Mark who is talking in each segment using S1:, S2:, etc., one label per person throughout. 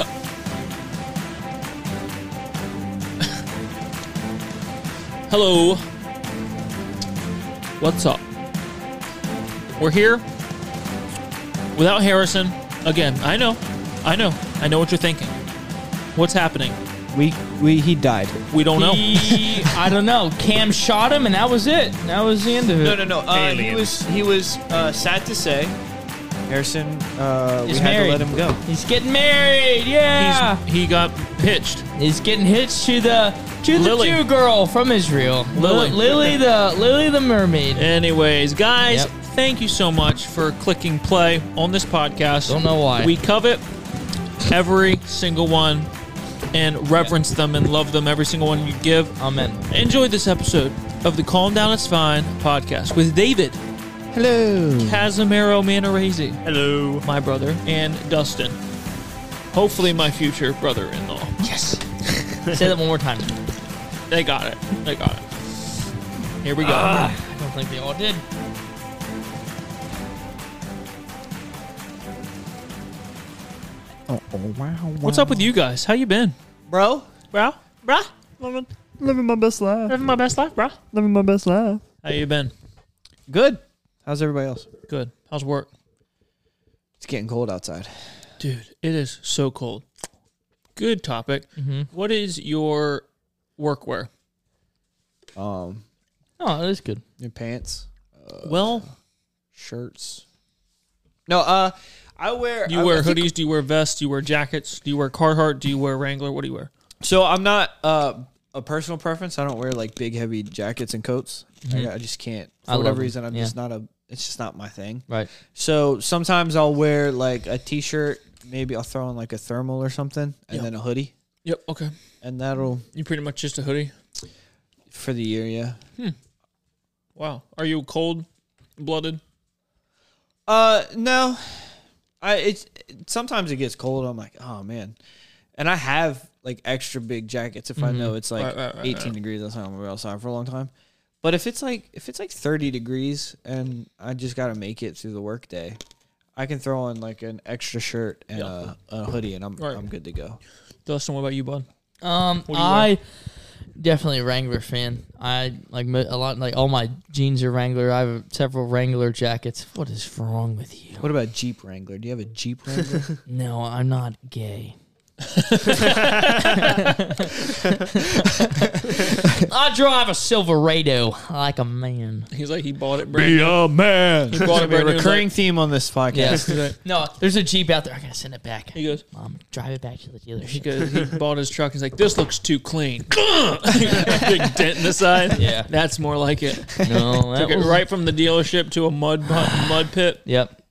S1: Hello. What's up? We're here without Harrison again. I know. I know. I know what you're thinking. What's happening?
S2: We we he died.
S1: We don't know.
S3: He- I don't know. Cam shot him, and that was it. That was the end of it.
S4: No, no, no. Uh, he
S5: Alien.
S4: was he was uh, sad to say.
S2: Harrison, uh, we
S3: He's
S2: had
S3: married.
S2: to let him go.
S3: He's getting married. Yeah.
S1: He's, he got pitched.
S3: He's, getting hitched to the to the
S1: Lily.
S3: Jew girl from Israel.
S1: Lily.
S3: Lily, Lily the Lily the mermaid.
S1: Anyways, guys,
S3: Yep.
S1: thank you so much for clicking play on this podcast.
S3: Don't know why.
S1: We covet every single one and reverence them and love them every single one you give.
S3: Amen.
S1: Enjoy this episode of the Calm Down It's Fine podcast with David
S2: Hello.
S1: Casimiro Manarese,
S5: Hello.
S1: my brother, and Dustin. Hopefully, my future brother-in-law.
S3: Yes. Say that one more time.
S1: They got it. They got it. Here we go.
S3: I don't think they all did.
S2: Oh, oh, wow, wow.
S1: What's up with you guys? How you been,
S4: Bro,
S1: bro? Bruh, living,
S2: Living my best life.
S1: living my best life, bruh.
S2: Living my best life.
S1: How you been?
S2: Good. How's everybody else?
S1: Good. How's work?
S2: It's getting cold outside.
S1: Dude, it is so cold. Mm-hmm. Good topic. What is your workwear?
S2: Um,
S3: Oh, that is good.
S2: your pants,
S1: Uh, well,
S2: shirts.
S4: no. Uh, I wear
S1: do you
S4: I-
S1: wear
S4: I think-
S1: hoodies? Do you wear vests? Do you wear jackets? Do you wear Carhartt? Do you wear Wrangler? What do you wear?
S2: So I'm not uh, a personal preference. I don't wear like big heavy jackets and coats. Mm-hmm. I, I just can't for
S3: I love
S2: whatever
S3: them.
S2: reason. I'm
S3: Yeah.
S2: just not a. It's just not my thing.
S3: Right.
S2: So sometimes I'll wear like a t-shirt. Maybe I'll throw on like a thermal or something, and
S1: Yeah.
S2: then a hoodie,
S1: Yep. Okay.
S2: and that'll
S1: You pretty much just a hoodie.
S2: for the year. Yeah.
S1: Wow. Are you cold blooded?
S2: Uh, no. I it's it- sometimes it gets cold. I'm like, oh man, and I have like extra big jackets if I know it's like
S1: Mm-hmm. Right, right, right,
S2: 18
S1: right.
S2: degrees. That's not gonna be outside for a long time. But if it's like if it's like 30 degrees and I just gotta make it through the workday, I can throw on like an extra shirt and
S1: Yeah.
S2: a, a hoodie and I'm
S1: Right.
S2: I'm good to go.
S1: Dustin, what about you, bud?
S3: Um,
S1: What do you wear?
S3: I definitely a Wrangler fan. I like mo- a lot. Like all my jeans are Wrangler. I have several Wrangler jackets. What is wrong with you?
S2: What about Jeep Wrangler? Do you have a Jeep Wrangler?
S3: No, I'm not gay. I drive a Silverado like a man.
S1: He's like he bought it. Brand
S5: a man.
S1: he bought it
S2: a
S1: brand new. He's
S2: recurring theme on this podcast.
S3: Yes.
S1: like-
S3: No, there's a Jeep out there. I gotta send it back.
S1: He goes.
S3: Mom, drive it back to the dealership.
S1: He goes. He bought his truck. He's like, this looks too clean. Big dent in the side.
S3: Yeah.
S1: That's more like it.
S3: No, that
S1: Took it
S3: was-
S1: right from the dealership to a mud bu- mud pit.
S3: Yep.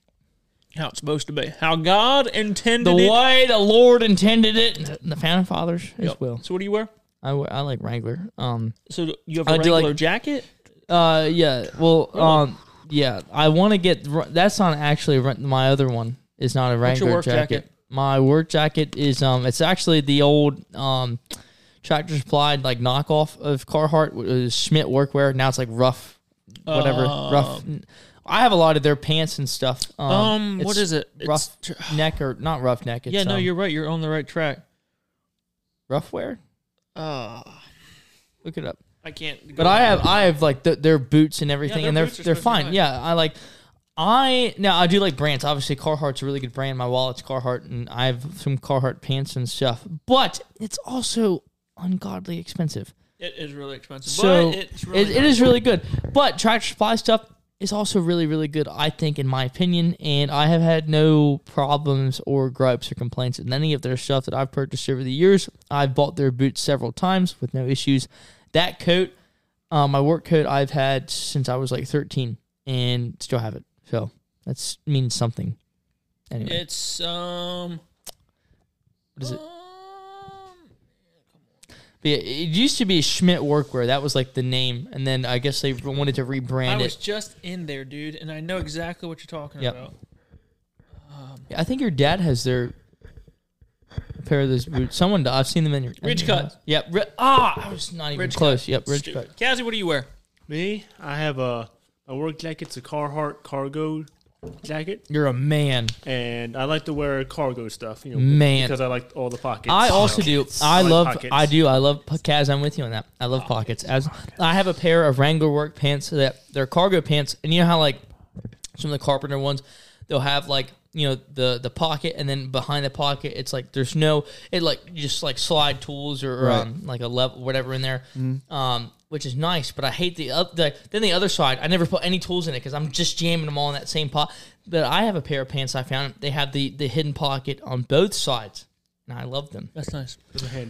S1: How it's supposed to be. How God intended
S3: The
S1: it.
S3: way the Lord intended it, and the founding fathers, His
S1: Yep.
S3: will.
S1: So what do you wear?
S3: I, wear- I like Wrangler. Um,
S1: So you have a
S3: I do
S1: regular
S3: like-
S1: jacket.
S3: Uh, yeah. Well, um, yeah. I want to get. That's not actually re- my other one. It's not a Wrangler
S1: your work
S3: jacket.
S1: jacket?
S3: My work jacket is um. It's actually the old um, Tractor Supply like knockoff of Carhartt. It was Schmidt Workwear. Now it's like rough, whatever rough. I have a lot of their pants and stuff. Um,
S1: Um, what
S3: it's
S1: is it? It's
S3: Rough
S1: tr-
S3: neck or not rough neck? It's,
S1: yeah, no,
S3: um,
S1: you're right. You're on the right track.
S3: rough wear.
S1: Uh,
S3: Look it up.
S1: I can't. go
S3: But I have I have like th their boots and everything,
S1: their
S3: and they're
S1: boots are
S3: they're
S1: supposed to be
S3: fine.
S1: nice.
S3: Yeah, I like I now I do like brands. Obviously, Carhartt's a really good brand. My wallet's Carhartt, and I have some Carhartt pants and stuff. But it's also ungodly expensive.
S1: It is really expensive.
S3: So
S1: but it's really
S3: it, it is really good. But Tractor Supply stuff is also really really good. I think, in my opinion, and I have had no problems or gripes or complaints in any of their stuff that I've purchased over the years. I've bought their boots several times with no issues. That coat uh, my work coat I've had since I was like 13 and still have it. So that means something. Anyway,
S1: It's um.
S3: what is it?
S1: um,
S3: But yeah, it used to be Schmidt Workwear. That was like the name. And then I guess they wanted to
S1: I
S3: rebrand
S1: was
S3: it.
S1: just in there, dude, and I know exactly what you're talking
S3: Yep.
S1: about.
S3: I think your dad has their a pair of those boots. Someone, I've seen them in your.
S1: Ridge
S3: in your
S1: cut.
S3: house. Yep. Ri- ah, I was not even
S1: Ridge
S3: close. Yep. Ridge
S1: Stupid.
S3: cut.
S1: Cassie, what do you wear?
S5: Me? I have a my work jacket's a Carhartt cargo jacket,
S3: You're a man.
S5: and I like to wear cargo stuff. You know,
S3: Man.
S5: because I like all the pockets.
S3: I
S5: you
S3: also
S5: know.
S3: do. I
S5: like
S3: love.
S5: pockets.
S3: I do. I love po- Kaz. I'm with you on that. I love pockets. As I have a pair of Wrangler work pants that they're cargo pants, and you know how like some of the carpenter ones, they'll have like you know the the pocket, and then behind the pocket, it's like there's no it like you just like slide tools or, or, um, like a level whatever in there. Um, which is nice, but I hate the up. The, then the other side, I never put any tools in it because I'm just jamming them all in that same pot. But I have a pair of pants I found. They have the the hidden pocket on both sides, and I love them.
S6: That's nice.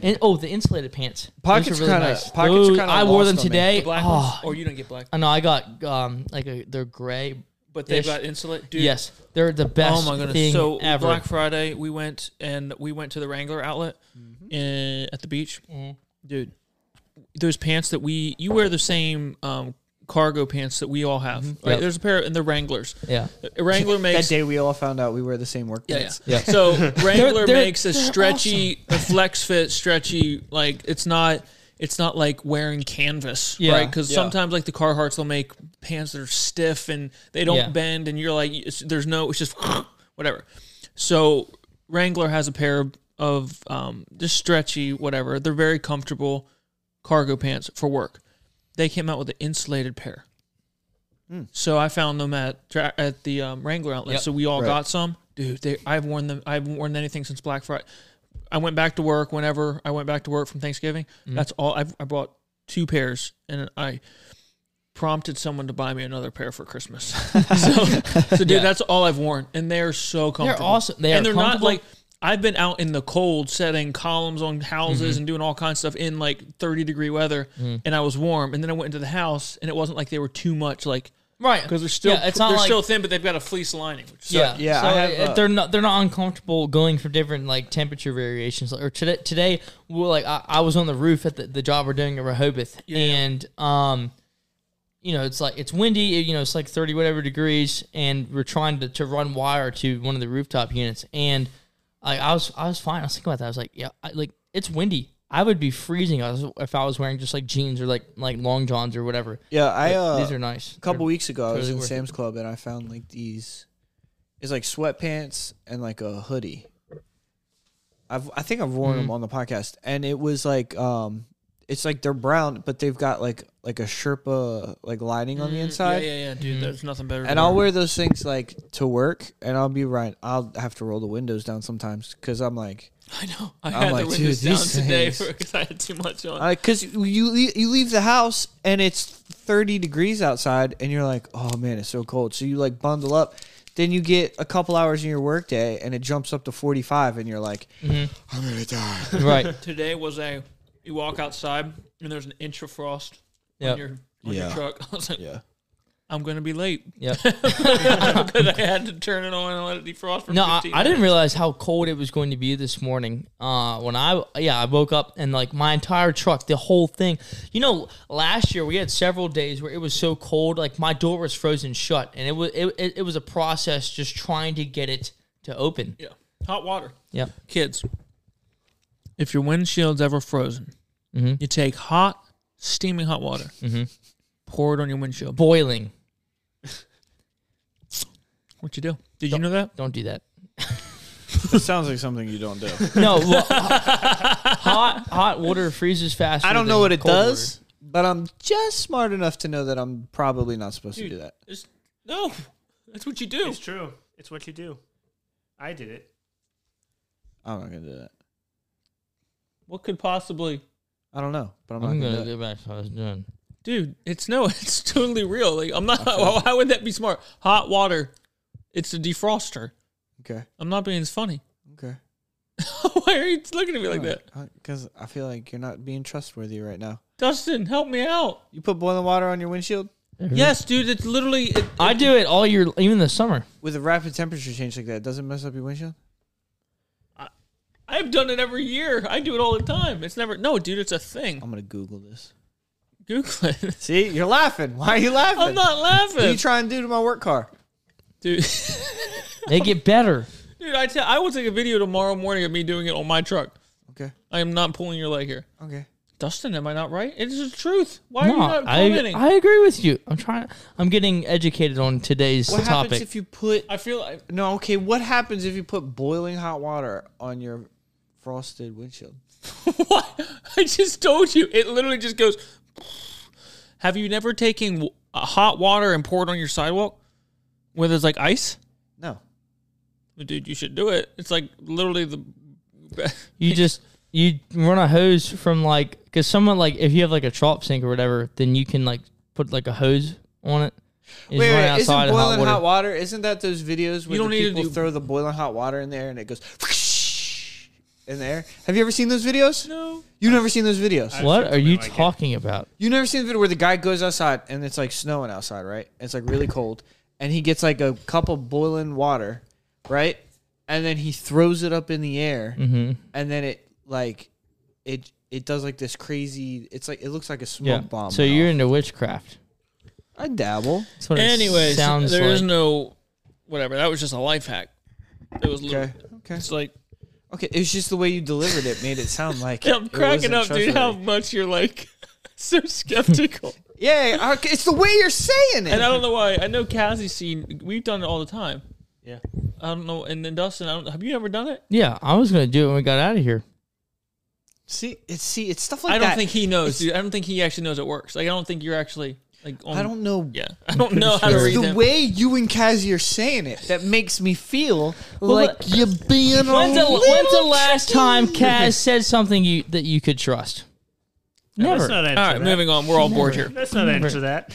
S3: And, oh, the insulated pants.
S2: Pockets
S3: Those are really
S2: kinda-
S3: nice.
S2: pockets
S3: Those-
S2: kinda
S3: I wore
S2: lost
S3: them
S2: on me.
S3: today.
S1: Black ones,
S3: Oh,
S1: or you don't get black,
S3: I know. I got um like a they're gray.
S1: but they've
S3: ish.
S1: got insulate. Dude,
S3: Yes, they're the best.
S1: Oh my goodness!
S3: Thing
S1: So
S3: ever.
S1: Black Friday, we went and we went to the Wrangler outlet in, at the beach, dude. Those pants that we you wear the same um, cargo pants that we all have. Right?
S3: Mm-hmm. Yep.
S1: There's a pair and the Wranglers.
S3: yeah,
S1: A Wrangler
S2: That
S1: makes
S2: day we all found out we wear the same work
S1: yeah, yeah.
S2: pants.
S3: Yeah.
S1: So Wrangler
S3: They're- they're-
S1: makes a
S3: they're
S1: stretchy, a flex fit, stretchy. Like it's not. It's not like wearing canvas,
S3: Yeah.
S1: right? Because
S2: Yeah.
S1: sometimes, like the Carhartts, they'll make pants that are stiff and they don't
S3: Yeah.
S1: bend, and you're like, it's, there's no, it's just whatever. So Wrangler has a pair of um, just stretchy, whatever. They're very comfortable cargo pants for work. They came out with an insulated pair. So I found them at tra- at the um, Wrangler outlet.
S3: Yep.
S1: So we all
S2: Right.
S1: got some, dude. They, I've worn them. I haven't worn anything since Black Friday. I went back to work whenever I went back to work from Thanksgiving. That's all. I've, I bought two pairs, and I prompted someone to buy me another pair for Christmas. so, so dude, that's all I've worn, and they are so comfortable.
S3: awesome. They
S1: and
S3: are
S1: they're not
S3: comfortable.
S1: like I've been out in the cold setting columns on houses and doing all kinds of stuff in like 30 degree weather, and I was warm. And then I went into the house, and it wasn't like they were too much like
S3: right.
S1: because they're still
S3: Yeah, it's not
S1: they're
S3: like,
S1: still thin, but they've got a fleece lining. Which sucks.
S3: yeah,
S2: yeah,
S3: So
S2: I have,
S3: it-
S2: uh,
S3: they're not they're not uncomfortable going for different like temperature variations. Like, or today today we're like I, I was on the roof at the, the job we're doing at Rehoboth, and um, you know it's like it's windy. You know it's like thirty whatever degrees, and we're trying to, to run wire to one of the rooftop units, and I, I was I was fine. I was thinking about that. I was like, yeah, I, like it's windy. I would be freezing I was- if I was wearing just like jeans or like like long johns or whatever.
S2: Yeah, I
S3: But
S2: uh,
S3: these are nice.
S2: a couple
S3: They're-
S2: weeks ago I was
S3: totally
S2: in
S3: worth it.
S2: Sam's Club and I found like these. It's like sweatpants and like a hoodie. I've I think I've worn
S1: Mm-hmm.
S2: them on the podcast, and it was like um, it's like they're brown, but they've got like like a Sherpa like lining on the
S1: Mm, yeah,
S2: inside.
S1: yeah, yeah, dude. There's nothing better.
S2: And I'll wear those things like to work, and I'll be right. I'll have to roll the windows down sometimes because I'm like,
S1: I know. I
S2: I'm
S1: had
S2: like,
S1: the
S2: dude,
S1: windows down
S2: these
S1: today
S2: things.
S1: because I had too much on.
S2: because Uh, you le- you leave the house and it's 30 degrees outside and you're like oh man it's so cold so you like bundle up then you get a couple hours in your workday and it jumps up to 45 and you're like i'm gonna die
S3: right?
S1: today was a you walk outside and there's an inch of frost
S3: Yeah,
S1: on your on your
S2: Yeah.
S1: truck. I was like,
S2: yeah
S1: I'm gonna be late
S3: yeah.
S1: because I had to turn it on and let it defrost for
S3: No, I,
S1: 15
S3: I didn't
S1: minutes.
S3: realize how cold it was going to be this morning. Uh, when I yeah, I woke up and like my entire truck, the whole thing. You know, last year we had several days where it was so cold, like my door was frozen shut, and it was it, it, it was a process just trying to get it to open.
S1: Yeah, hot water.
S3: Yeah,
S1: Kids, if your windshield's ever frozen,
S2: Mm-hmm.
S1: you take hot, steaming hot water, pour it on your windshield.
S3: boiling.
S1: What you do? Did you know that?
S3: Don't do that.
S2: it sounds like something you don't do
S3: No, well, hot hot water freezes faster.
S2: i don't know
S3: than
S2: what it
S3: cold
S2: does but i'm just smart enough to know that i'm probably not supposed to do that
S1: Just, no, that's what you do.
S5: It's true. It's what you do. I did it.
S2: i'm not gonna do that
S1: What could possibly,
S2: i don't know but i'm,
S3: water.
S2: not
S3: I'm
S2: gonna,
S3: gonna
S2: do it
S3: go back to what I was doing.
S1: dude? It's no, it's totally real. Like I'm not. Why would that be smart? Hot water, it's a defroster.
S2: okay
S1: I'm not being funny.
S2: okay
S1: Why are you looking at me like that,
S2: because i feel like you're not being trustworthy right now
S1: Dustin? Help me out.
S2: you put boiling water on your windshield
S1: Yes, dude. It's literally. It,
S3: I do it all year, even the summer.
S2: with a rapid temperature change like that, doesn't mess up your windshield?
S1: I've done it every year. I do it all the time. It's never. No, dude. It's a thing.
S2: I'm gonna Google this.
S1: Google it.
S2: See, you're laughing. Why are you laughing?
S1: I'm not
S2: What are you
S1: laughing,
S2: trying to do to my work car?
S1: dude.
S3: They get better.
S1: Dude, I tell. I will take a video tomorrow morning of me doing it on my truck.
S2: Okay,
S1: I am not pulling your leg here.
S2: okay.
S1: Dustin, am I not right? It is the truth. Why are you not
S3: I,
S1: commenting? I,
S3: I agree with you. I'm trying. I'm getting educated on today's
S2: What happens
S3: topic.
S2: if you put
S1: feel like
S2: no? Okay, what happens if you put boiling hot water on your frosted windshield?
S1: what? I just told you. It literally just goes. Have you never taken w- uh, hot water and poured on your sidewalk where there's like ice?
S2: No,
S1: Dude, you should do it. It's like literally the.
S3: you just you run a hose from like because someone like if you have like a chop sink or whatever, then you can like put like a hose on it. and just
S2: wait,
S3: run
S2: wait, isn't
S3: outside
S2: boiling
S3: in
S2: hot water. Isn't that those videos where
S1: don't
S2: the
S1: need to
S2: people
S1: do-
S2: throw the boiling hot water in there and it goes in there? Have you ever seen those videos?
S1: No.
S2: You've never seen those videos.
S3: What are you
S5: like it.
S3: talking about?
S2: You never seen the video where the guy goes outside and it's like snowing outside, right? It's like really cold, and he gets like a cup of boiling water, right? And then he throws it up in the air,
S1: Mm-hmm.
S2: and then it like it it does like this crazy. It's like it looks like a smoke
S3: Yeah.
S2: bomb.
S3: so
S2: went
S3: you're
S2: off.
S3: into witchcraft.
S2: I dabble.
S3: That's what
S1: Anyways,
S3: it sounds
S1: there
S3: like.
S1: is no. Whatever. That was just a life hack. It was little,
S2: Okay, okay,
S1: It's like
S2: okay. It was just the way you delivered it made it sound like
S1: I'm
S2: it
S1: cracking
S2: wasn't
S1: up, dude. How
S2: trustworthy.
S1: much you're like so skeptical.
S2: yeah, okay, it's the way you're saying it.
S1: And I don't know why. I know Cassie's seen. We've done it all the time.
S5: Yeah.
S1: I don't know. And then Dustin, I don't. Have you ever done it?
S3: Yeah, I was gonna do it when we got out of here.
S2: see, it's see, it's stuff like
S1: I don't
S2: that.
S1: think he knows, dude. I don't think he actually knows it works. Like I don't think you're actually like. On,
S2: I don't know
S1: Yeah, I don't know how to
S2: It's
S1: read
S2: the
S1: them.
S2: way you and Kazi are saying it that makes me feel like
S3: but-
S2: you're being a
S3: When's the,
S2: little
S3: when's the last
S2: tricky.
S3: time Kaz said something you that you could trust?
S5: Let's
S3: Never.
S5: not answer
S1: all right,
S5: that.
S1: moving on. We're all bored here.
S5: Let's not answer that.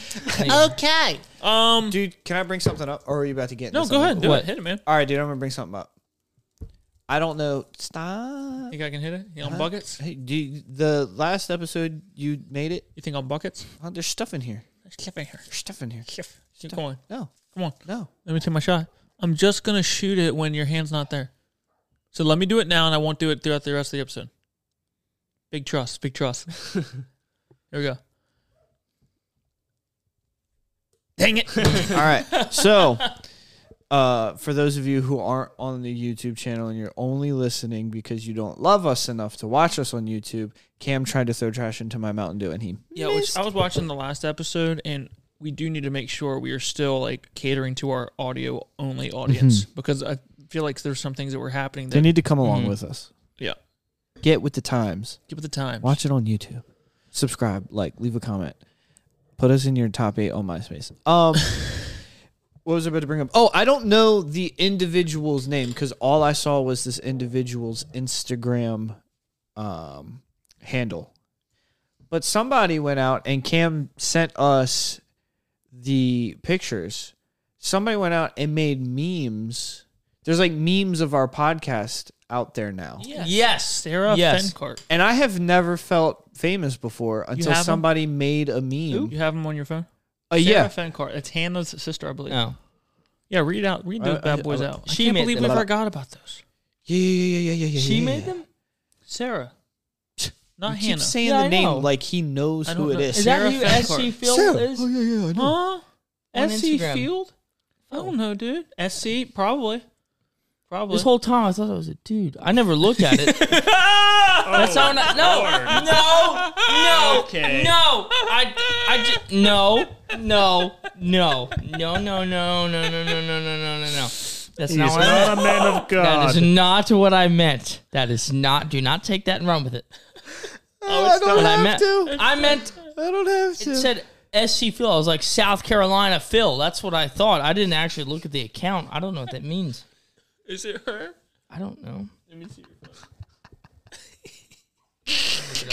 S2: Okay,
S1: Um,
S2: dude, can I bring something up, or are you about to get? into
S1: no, go
S2: something?
S1: ahead. Do
S3: What?
S1: it. Hit it, man.
S2: All right, dude, I'm gonna bring something up. I don't know. Stop.
S1: Think I can hit it? You
S2: Uh-huh.
S1: on buckets?
S2: Hey, do you- the last episode you made it?
S1: You think on buckets?
S2: Oh, there's stuff in here.
S1: Clip in here.
S2: There's stuff in here.
S1: Clip. Keep going.
S2: No,
S1: Come on.
S2: no.
S1: Let me take my shot. I'm just gonna shoot it when your hand's not there. So let me do it now, and I won't do it throughout the rest of the episode. Big trust, big trust. Here we go. Dang it!
S2: All right. So, uh, for those of you who aren't on the YouTube channel and you're only listening because you don't love us enough to watch us on YouTube, Cam tried to throw trash into my Mountain Dew and he.
S1: Yeah, which I was watching the last episode, and we do need to make sure we are still like catering to our audio only audience because I feel like there's some things that were happening
S2: They
S1: that
S2: need to come along with us.
S1: Mm-hmm. yeah,
S2: Get with the times.
S1: give it the time.
S2: Watch it on YouTube. Subscribe, like, leave a comment. Put us in your top eight on MySpace. Um, what was I about to bring up? Oh, I don't know the individual's name because all I saw was this individual's Instagram um, handle. But somebody went out and Cam sent us the pictures. Somebody went out and made memes. There's like memes of our podcast out there now.
S1: Yes,
S3: Yes.
S1: Sarah
S3: Yes.
S1: Fencart.
S2: And I have never felt famous before until
S1: haven't?
S2: somebody made a meme.
S1: You have them on your phone.
S2: Uh, yeah.
S1: Sarah Fencart. It's Hannah's sister, I believe.
S3: No.
S1: Yeah, read out, read those
S2: Uh,
S1: bad
S2: uh,
S1: boys
S2: uh,
S1: out. I
S3: she
S1: can't
S3: made
S1: believe
S3: them.
S1: I forgot about those.
S2: Yeah, yeah, yeah, yeah, yeah, yeah.
S3: She
S2: yeah,
S3: made
S2: yeah.
S3: them.
S1: Sarah,
S2: You
S1: not
S2: keep
S1: Hannah.
S2: saying
S3: Yeah,
S2: the
S3: I
S2: name
S3: know.
S2: like he knows
S1: I
S2: who
S1: don't
S2: it
S1: know.
S2: is.
S3: Is that
S1: Sarah
S3: who
S1: Fenchart.
S3: SC Field
S2: Sarah.
S3: is?
S2: Oh, yeah, yeah, I know.
S1: huh?
S3: On
S1: SC
S3: Instagram.
S1: Field? I don't know, dude. SC probably, probably.
S3: This whole time I thought it was a dude. I never looked at it.
S5: Oh,
S3: That's how. I, no, no, no,
S5: Okay.
S3: no. I, I just no, no, no, no, no, no, no, no, no, no, no, no, no, no. That's
S5: He's
S3: not what I meant.
S5: not a man of
S3: That is
S5: God.
S3: not what I meant. That is not. Do not take that and run with it.
S2: Oh, I don't
S3: What I
S2: have
S3: meant.
S2: to.
S3: I meant.
S2: I don't have to.
S3: It said SC Phil. I was like South Carolina Phil. That's what I thought. I didn't actually look at the account. I don't know what that means.
S1: Is it her?
S3: I don't know.
S1: Let me see. your phone.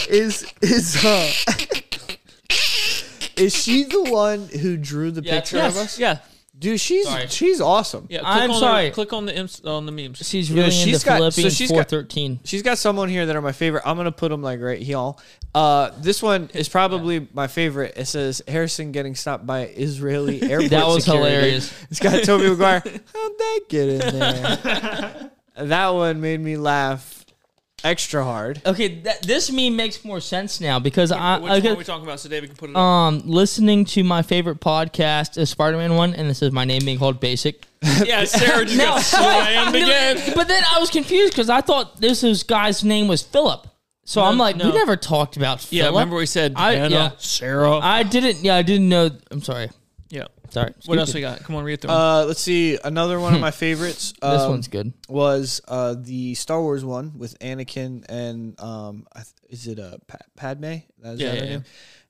S2: is is uh, is she the one who drew the
S3: Yeah,
S2: picture
S3: yes.
S2: of us?
S1: Yeah,
S2: Dude, she's
S3: Sorry.
S2: she's awesome.
S1: yeah. Click
S3: I'm
S1: on
S3: sorry.
S1: The, click on the imps, on the memes.
S3: She's
S2: know,
S3: really
S2: she's
S3: into
S2: got- so
S3: Philippians
S2: she's got-
S3: four thirteen.
S2: She's got someone here that are my favorite. I'm gonna put them like right here. Uh, this one is probably my favorite. It says Harrison getting stopped by Israeli airport.
S3: That was
S2: security.
S3: hilarious.
S2: It's got Toby McGuire. How'd that get in there? that one made me laugh extra hard.
S3: Okay, that, this meme makes more sense now because I,
S1: Which one
S3: I
S1: are
S3: get-
S1: we talking about? So David can put it. up.
S3: um listening to my favorite podcast, a Spider-Man one, and this is my name being called Basic.
S1: yeah, Sarah just got slammed again.
S3: But then I was confused because I thought this was guy's name was Philip. So I'm like,
S1: no.
S3: we never talked about Philip.
S1: Yeah, remember we said
S3: I-
S1: Diana,
S3: yeah.
S1: Sarah.
S3: I didn't. Yeah, I didn't know. I'm sorry.
S1: yeah.
S3: Sorry.
S1: What
S3: Excuse
S1: else
S3: me.
S1: we got? Come on, read through. 'em.
S2: Uh, let's see. Another one of my favorites. Um,
S3: Hmm. This one's good.
S2: was uh, the Star Wars one with Anakin and um, I th- is it a pa- Padme? Is That
S1: Yeah,
S2: her
S1: yeah,
S2: name?
S1: yeah.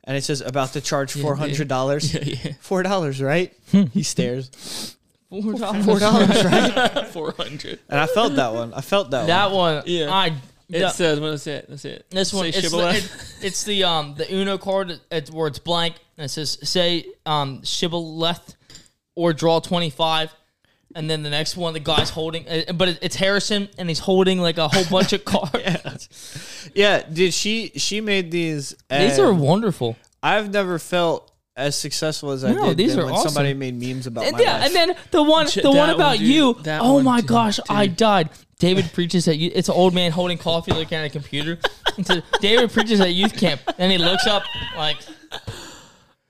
S2: And it says about to charge four hundred dollars. Four dollars, right?
S3: Hmm.
S2: he stares.
S3: Four dollars.
S2: Four dollars, right?
S1: Four hundred.
S2: And I felt that one. I felt that,
S3: That
S2: one.
S3: one.
S1: Yeah.
S3: I.
S1: It
S3: that-
S1: says well, that's it. That's it.
S3: This one,
S1: Say
S3: it's the,
S1: Shibboleth.
S3: it- it's the um the Uno card it- it's where it's blank and it says say um shibboleth or draw twenty five, and then the next one the guy's holding, uh, but it, it's Harrison and he's holding like a whole bunch of cards.
S2: Yeah, dude. She she made these.
S3: These
S2: and
S3: are wonderful.
S2: I've never felt as successful as I
S3: No,
S2: did
S3: these
S2: than
S3: are
S2: when
S3: awesome.
S2: somebody made memes about
S3: And
S2: my
S3: yeah,
S2: life.
S3: and then the one
S1: Oh Ch-
S3: the one
S1: that one,
S3: about
S1: dude.
S3: you.
S1: That
S3: oh
S1: one,
S3: my
S1: dude,
S3: gosh, I
S1: dude.
S3: died. David preaches at you. It's an old man holding coffee looking at a computer. It says, David preaches at youth camp, and he looks up like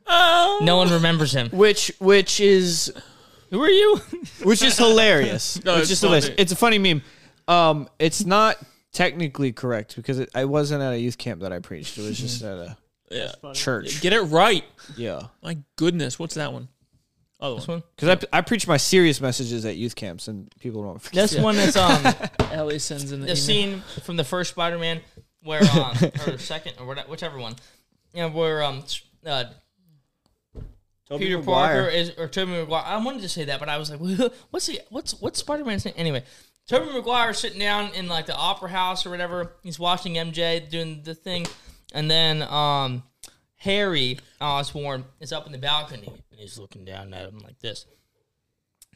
S1: Oh.
S3: no one remembers him.
S2: which which is
S3: Who are you?
S2: which is hilarious.
S1: No,
S2: which
S1: it's
S2: is hilarious.
S1: funny.
S2: It's a funny meme. Um, it's not technically correct because it, I wasn't at a youth camp that I preached. It was just at a
S1: yeah.
S2: church.
S1: Get it right.
S2: Yeah,
S1: My goodness, what's that one? Other
S3: This
S1: one.
S3: one.
S2: because I, I preach my serious messages at youth camps and people don't. Forget.
S3: This one is um
S1: Ellie sends in the
S3: the
S1: email.
S3: scene from the first Spider-Man where um or second or whatever, whichever one, yeah, where um uh, Peter Parker is or Tobey Maguire. I wanted to say that, but I was like, what's the what's what's Spider-Man's name anyway? Tobey Maguire sitting down in like the opera house or whatever. He's watching MJ doing the thing, and then um Harry Osborn is up in the balcony and he's looking down at him like this.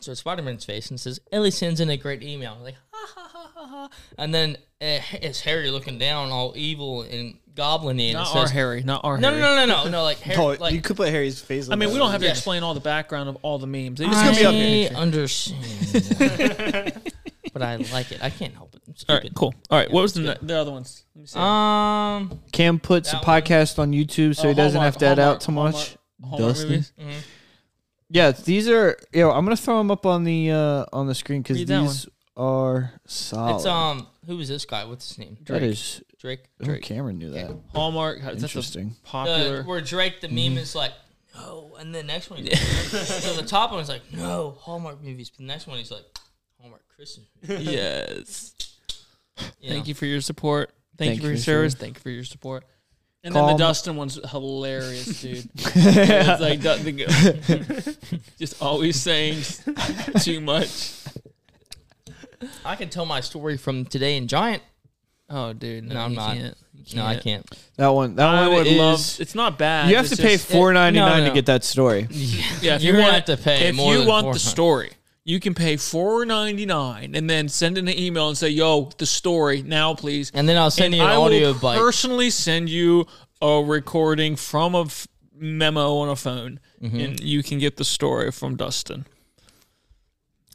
S3: So it's Spider Man's face and says, Ellie sends in a great email. I'm like, ha ha ha ha ha. And then uh, it's Harry looking down, all evil and goblin y. and it
S1: Not our
S3: says,
S1: Harry. Not our
S3: No, no,
S1: Harry.
S3: no, no, no, no. Like, Harry,
S2: Oh,
S3: like,
S2: you could put Harry's face.
S1: I mean, we don't have to
S3: Yeah.
S1: explain all the background of all the memes. They just
S3: I
S2: gonna be up here.
S3: understand. but I like it. I can't help it. I'm
S1: all right,
S3: stupid.
S1: cool. All right, what was the, ne- the other ones? Let me see.
S3: Um,
S2: Cam puts a
S3: That one.
S2: podcast on YouTube so
S1: Uh,
S2: he doesn't
S1: Hallmark,
S2: have to edit
S1: Hallmark,
S2: out too
S1: Hallmark,
S2: much.
S1: Hallmark
S2: Dustin?
S1: movies. Mm.
S2: Yeah, these are. Yo, I'm gonna throw them up on the uh, on the screen because
S1: Read that
S2: these are solid.
S1: Oh.
S3: it's um, who is this guy? What's his name?
S2: that is.
S3: Drake.
S2: Oh, Cameron knew that.
S1: Hallmark. That's a
S2: Interesting.
S1: popular. Mm-hmm.
S3: The, where Drake, the meme is like, no, and the next one, he's like, so the top one is like, no, Hallmark movies. But the next one, he's like, Hallmark Christmas. movies,"
S1: yes.
S3: You
S1: Thank you for your support. Thank, you for your service. Thank you for your support. And then
S2: Calm.
S1: the Dustin one's hilarious, dude. it's like Du- the- just always saying too much.
S3: I can tell my story from today in Giant.
S1: Oh, dude, no,
S3: No, I'm
S1: you
S3: not.
S1: Can't. You
S3: No, I
S1: can't.
S3: can't.
S2: That one. That
S1: I
S2: one
S1: would
S2: is,
S1: love. It's not bad.
S2: You have
S1: it's
S2: to pay
S1: just-
S2: four ninety nine
S3: no,
S2: to
S3: no.
S2: get that story.
S1: Yeah, if
S3: You're
S1: you
S3: gonna
S1: want
S3: have to pay
S1: If
S3: more
S1: you
S3: than
S1: want the
S3: 400.
S1: story, you can pay four ninety nine and then send in an email and say, "Yo, the story now, please."
S3: And then I'll send you an
S1: I
S3: audio
S1: will
S3: bite.
S1: personally send you a recording from a f- memo on a phone,
S3: Mm-hmm.
S1: and you can get the story from Dustin.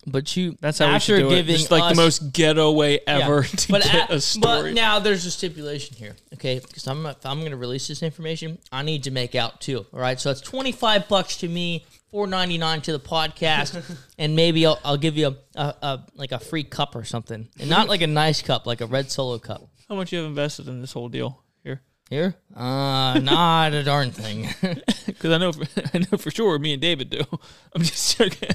S3: But you,
S1: That's how
S3: after
S1: we should do
S3: giving
S1: it. It's like
S3: us-
S1: the most ghetto way
S3: Yeah.
S1: ever to get
S3: a-
S1: a story.
S3: But now there's a stipulation here, okay? Because I'm if I'm going to release this information, I need to make out too. All right, so it's 25 bucks to me, 4.99 to the podcast, and maybe I'll, I'll give you a, a, a like a free cup or something, and not like a nice cup, like a red solo cup.
S1: How much you have invested in this whole deal here?
S3: Here, uh, not a darn thing.
S1: Because I know, for, I know for sure, me and David do. I'm just joking.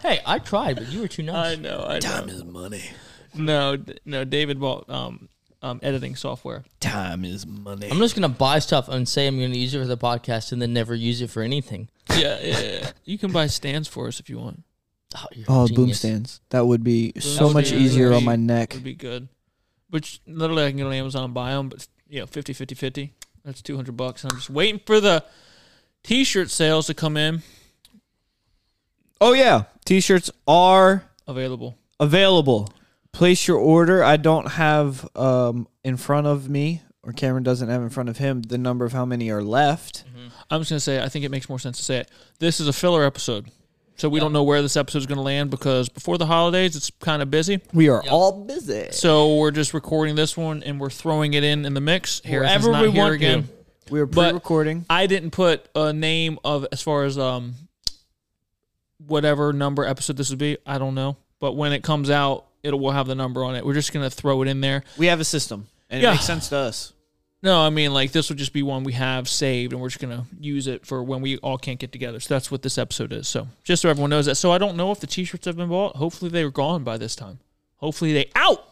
S3: hey, I tried, but you were too
S1: I
S3: nice.
S1: know. I Time is money. No, d- no. David bought um, um, editing software.
S2: Time is money.
S3: I'm just gonna buy stuff and say I'm gonna use it for the podcast, and then never use it for anything.
S1: Yeah, yeah, yeah. You can buy stands for us if you want.
S3: Oh, you're a
S2: Oh, boom
S3: genius.
S2: stands. That would be so
S1: would
S2: much
S1: be-
S2: easier
S1: would
S2: on
S1: be-
S2: my neck.
S1: It'd be good. Which literally, I can go to Amazon and buy them, but you know, 50, 50, 50. That's 200 bucks. And I'm just waiting for the t shirt sales to come in
S2: Oh yeah, t-shirts are
S1: available.
S2: available. Place your order. I don't have um in front of me, or Cameron doesn't have in front of him the number of how many are left.
S1: I'm just going to say, I think it makes more sense to say it. This is a filler episode. So we don't know where this episode is going to land because before the holidays, it's kind of busy.
S2: We are all busy.
S1: So we're just recording this one and we're throwing it in in the mix. Harrison's
S3: Wherever
S1: not
S3: we
S1: here
S3: want
S1: again.
S3: to.
S2: We are
S1: but-
S2: pre-recording.
S1: I didn't put a name of as far as um whatever number episode this would be. I don't know, but when it comes out, it will have the number on it. We're just gonna throw it in there.
S2: We have a system. and
S1: Yeah.
S2: it makes sense to us.
S1: No, I mean like this would just be one we have saved, and we're just gonna use it for when we all can't get together. So that's what this episode is. So just so everyone knows that. So I don't know if the t-shirts have been bought. Hopefully they were gone by this time. Hopefully they out.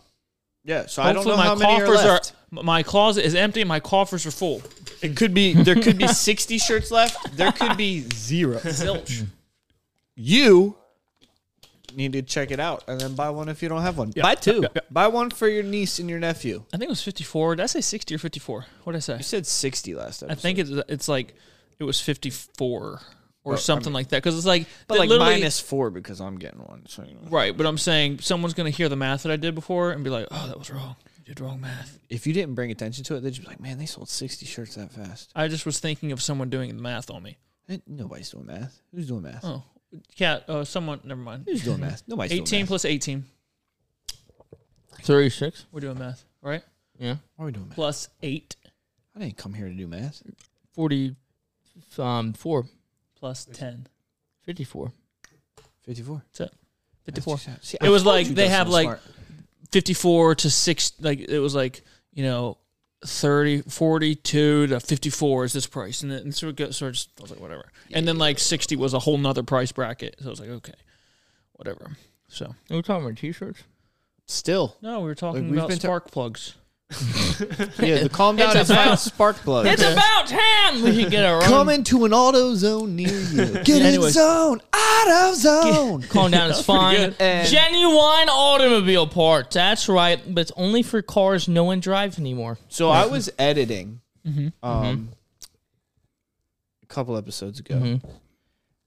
S2: Yeah, so I don't
S1: Hopefully
S2: know how
S1: my
S2: many are
S1: coffers are,
S2: left.
S1: m- my closet is empty. and My coffers are full.
S2: It could be there could be sixty shirts left. There could be zero.
S1: Zilch.
S2: You need to check it out and then buy one if you don't have one. Buy two. Buy one for your niece and your nephew.
S1: I think it was fifty four. Did I say sixty or fifty four? What did I say?
S2: You said sixty last episode.
S1: I think it's it's like it was fifty four or
S2: I
S1: something like that. Because it's like
S2: but like
S1: literally-
S2: minus four because I'm getting one. So you know.
S1: Right, but I'm saying someone's gonna hear the math that I did before and be like, "Oh, that was wrong. You did wrong math."
S2: if you didn't bring attention to it, they'd just be like, "Man, they sold sixty shirts that fast."
S1: I just was thinking of someone doing the math on me.
S2: Eh, Nobody's doing math. Who's doing math?
S1: Oh, cat. Uh, someone. Never mind.
S2: Who's doing math? Nobody's doing
S1: Eighteen
S2: math.
S1: plus eighteen.
S3: 36.
S1: We're doing math, right?
S3: Yeah.
S2: Why are we doing math?
S1: Plus eight,
S2: I didn't come here to do math.
S3: 40, um, 4,
S1: plus ten.
S3: 54.
S2: Fifty-four.
S1: Fifty-four.
S2: See,
S1: It was
S2: told
S1: like
S2: you
S1: they
S2: Dustin
S1: have
S2: was
S1: like
S2: smart.
S1: 54 to 6 like it was like you know 30 42 to 54 is this price and then and so it goes so I just I was like whatever and then like 60 was a whole nother price bracket so I was like okay whatever so
S3: We're talking about t shirts.
S2: still.
S1: no we were
S2: Like,
S1: talking
S2: we've
S1: about
S2: been ta-
S1: spark plugs
S2: Yeah, the calm down
S3: It's
S2: is about
S3: about-
S2: spark plug.
S3: It's about time we should get our own.
S2: into an auto zone near you. Get
S1: Anyways.
S2: zone, auto zone.
S3: Calm down, it's fine.
S1: good.
S2: And-
S3: Genuine automobile parts. That's right, but it's only for cars no one drives anymore.
S2: So I was editing um, a couple episodes ago,
S3: Mm-hmm.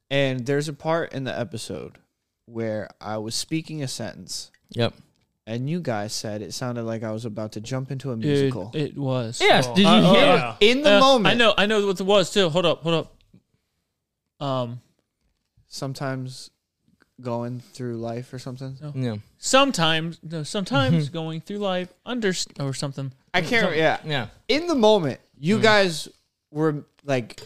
S2: and there's a part in the episode where I was speaking a sentence,
S3: Yep.
S2: and you guys said it sounded like I was about to jump into a musical.
S1: it was
S3: Yes. Did you
S1: Uh,
S3: hear?
S5: oh, yeah.
S2: in the
S1: Uh, I
S2: moment,
S1: know I know what it was too hold up hold up um
S2: sometimes going through life or something.
S3: Yeah.
S1: sometimes no sometimes going through life under or something
S2: I can't. Yeah,
S3: Yeah.
S2: in the moment, you
S3: Hmm.
S2: guys were like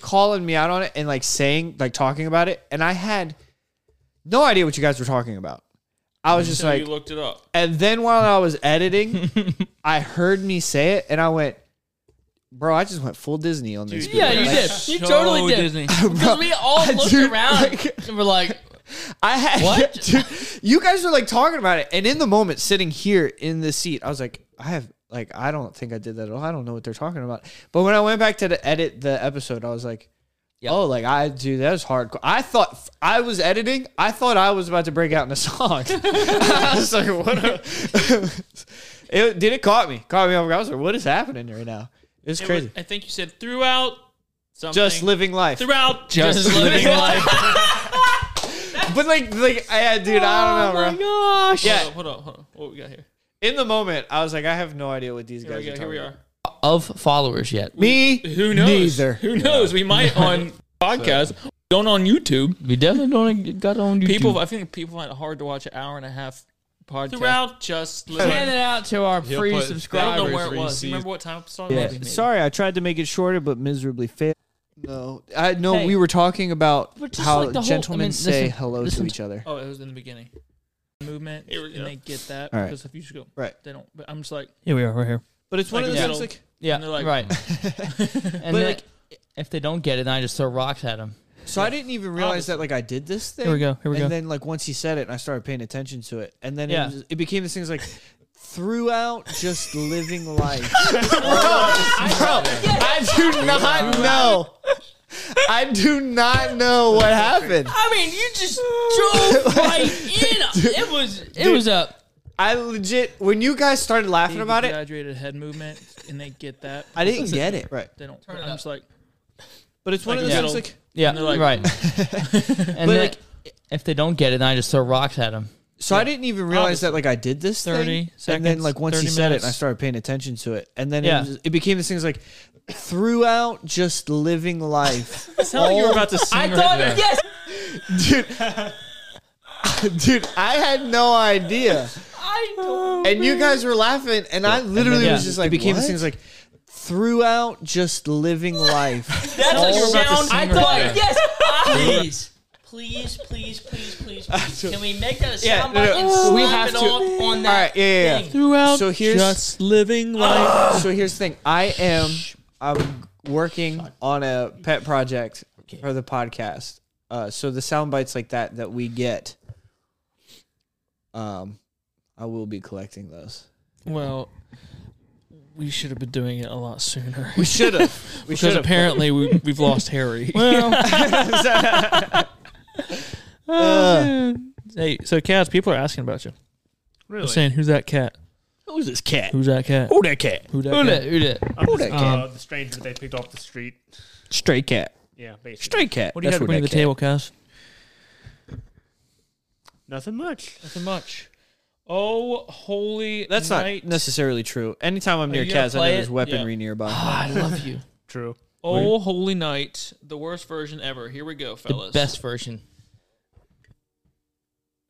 S2: calling me out on it and like saying, like talking about it, and I had no idea what you guys were talking about. I was just like,
S1: looked it up
S2: and then while I was editing, I heard me say it, and I went, "Bro, I just went full Disney on this."
S3: Yeah,
S2: video."
S3: you
S2: Like,
S3: did. You totally did.
S1: Disney.
S3: Because we all
S2: I
S3: looked
S2: do-
S3: around and we're like,
S2: I had
S3: What?
S2: Dude, you guys were like talking about it, and in the moment, sitting here in the seat, I was like, I have like I don't think I did that at all. I don't know what they're talking about. But when I went back to the edit the episode, I was like, oh, like I do that was hardcore. I thought I was editing. I thought I was about to break out in a song. I was like, what? a- it did it caught me? Caught me off guard. I was like, what is happening right now?
S1: It was-
S2: It's crazy.
S1: I think you said throughout something.
S2: just living life,
S1: throughout
S3: just living life.
S2: but like, like, I, dude, I don't know,
S3: oh
S2: bro.
S3: my gosh.
S2: Yeah.
S1: Hold on, hold on. What we got here?
S2: In the moment, I was like, I have no idea what these
S1: Here
S2: guys
S1: we
S2: are
S1: go.
S2: talking
S1: Here we
S2: about.
S1: are.
S3: Of followers yet.
S2: Me?
S1: Who knows?
S2: Neither.
S1: Who knows? We might on podcast, don't on YouTube.
S3: We definitely don't got on YouTube.
S1: People, I think people find it hard to watch an hour and a half podcast. Throughout, just living.
S3: hand it out to our
S7: He'll
S3: free
S7: put-
S1: I
S3: subscribers.
S1: don't know where it
S7: Subscribers
S1: was. You
S7: received.
S1: remember what time it started?
S2: Yeah.
S1: Maybe.
S2: Sorry, I tried to make it shorter, but miserably failed. No, I no.
S3: Hey.
S2: we were talking about
S3: But just
S2: how
S3: like the whole- I
S2: gentlemen
S3: mean,
S2: say
S3: listen-
S2: hello
S3: listen
S2: to
S3: to-
S2: each other.
S1: Oh, it was in the beginning. Movement,
S5: Here we
S1: and
S5: go.
S1: they get that
S2: All right.
S1: because if you just go,
S2: Right.
S1: they don't. But I'm just like,
S3: Here we are, right here.
S2: But it's one
S1: Like
S2: of
S1: a
S2: the
S1: little-
S2: things like
S3: Yeah,
S1: And they're like-
S3: right. and then, if they don't get it, then I just throw rocks at them.
S2: so. I didn't even realize that like I did this thing.
S3: Here we go, here we
S2: and
S3: go.
S2: then like once he said it, and I started paying attention to it, and then it,
S3: Yeah.
S2: was, it became this thing's like throughout just living life. I do not know. I do not know what happened.
S3: I mean, you just drove right in. It was it was a
S2: I legit when you guys started laughing about it,
S1: exaggerated head movement, and they get that.
S2: I didn't get it. Right.
S1: They don't.
S3: it
S1: I'm
S3: up.
S1: just like,
S2: But it's one
S1: Like
S2: of
S1: a
S2: those things
S1: little-
S2: like
S3: yeah,
S1: they're like-
S3: right. and then,
S2: like-
S3: if they don't get it, then I just throw rocks at them.
S2: So I didn't even realize that like I did this
S1: 30
S2: thing, and then
S1: seconds,
S2: like once he
S1: 30
S2: said it,
S1: minutes.
S2: and I started paying attention to it, and then
S3: Yeah.
S2: it, was, it became this thing's like throughout just living life,
S1: it sounded like you were about
S2: Oh.
S1: to sing.
S3: I
S1: right
S3: thought
S1: there.
S3: yes,
S2: dude. Dude, I had no idea,
S3: I know.
S2: and you guys were laughing, Oh, and I literally
S3: then-
S2: was
S3: Yeah.
S2: just like, it became this thing's like throughout just living life.
S3: That's
S1: you were
S3: a
S1: about to
S3: sound. I
S1: sing right
S3: thought
S1: there.
S3: yes. I- Please, please, please, please, please. Can we make that a soundbite
S2: Yeah, Oh, no, no.
S3: and slap
S2: We have
S3: it
S2: to-
S3: off on that
S2: right, yeah, yeah, yeah.
S3: thing?
S1: Throughout
S2: So here's-
S1: just living life.
S2: so here's the thing. I am I'm working on a pet project for the podcast. Uh, so the sound bites like that that we get, um, I will be collecting those.
S1: well, we should have been doing it a lot sooner.
S2: We should have. We
S1: Because
S2: should have.
S1: apparently we, we've lost Harry. Oh, Uh. hey, so cats, people are asking about you.
S5: Really?
S1: They're saying, "Who's that cat?
S6: Who's this cat?
S1: Who's that cat?
S6: Who that cat?
S1: Who that
S3: Who
S1: cat?"
S3: did? Who did?
S5: I'm just,
S2: that
S5: uh, the stranger they picked off the street.
S2: Stray cat.
S5: Yeah, basically.
S2: Stray cat.
S1: What do you got to bring to the table, Cass?
S5: Nothing much.
S1: Nothing much. Oh, holy!
S2: That's not necessarily true. Anytime I'm near
S1: you gonna
S2: Kaz, I know
S1: play
S2: there's
S1: it? Ah.
S2: weaponry nearby.
S3: Ah, I love you.
S5: True.
S1: Oh, holy night! The worst version ever. Here we go, fellas.
S3: Best version.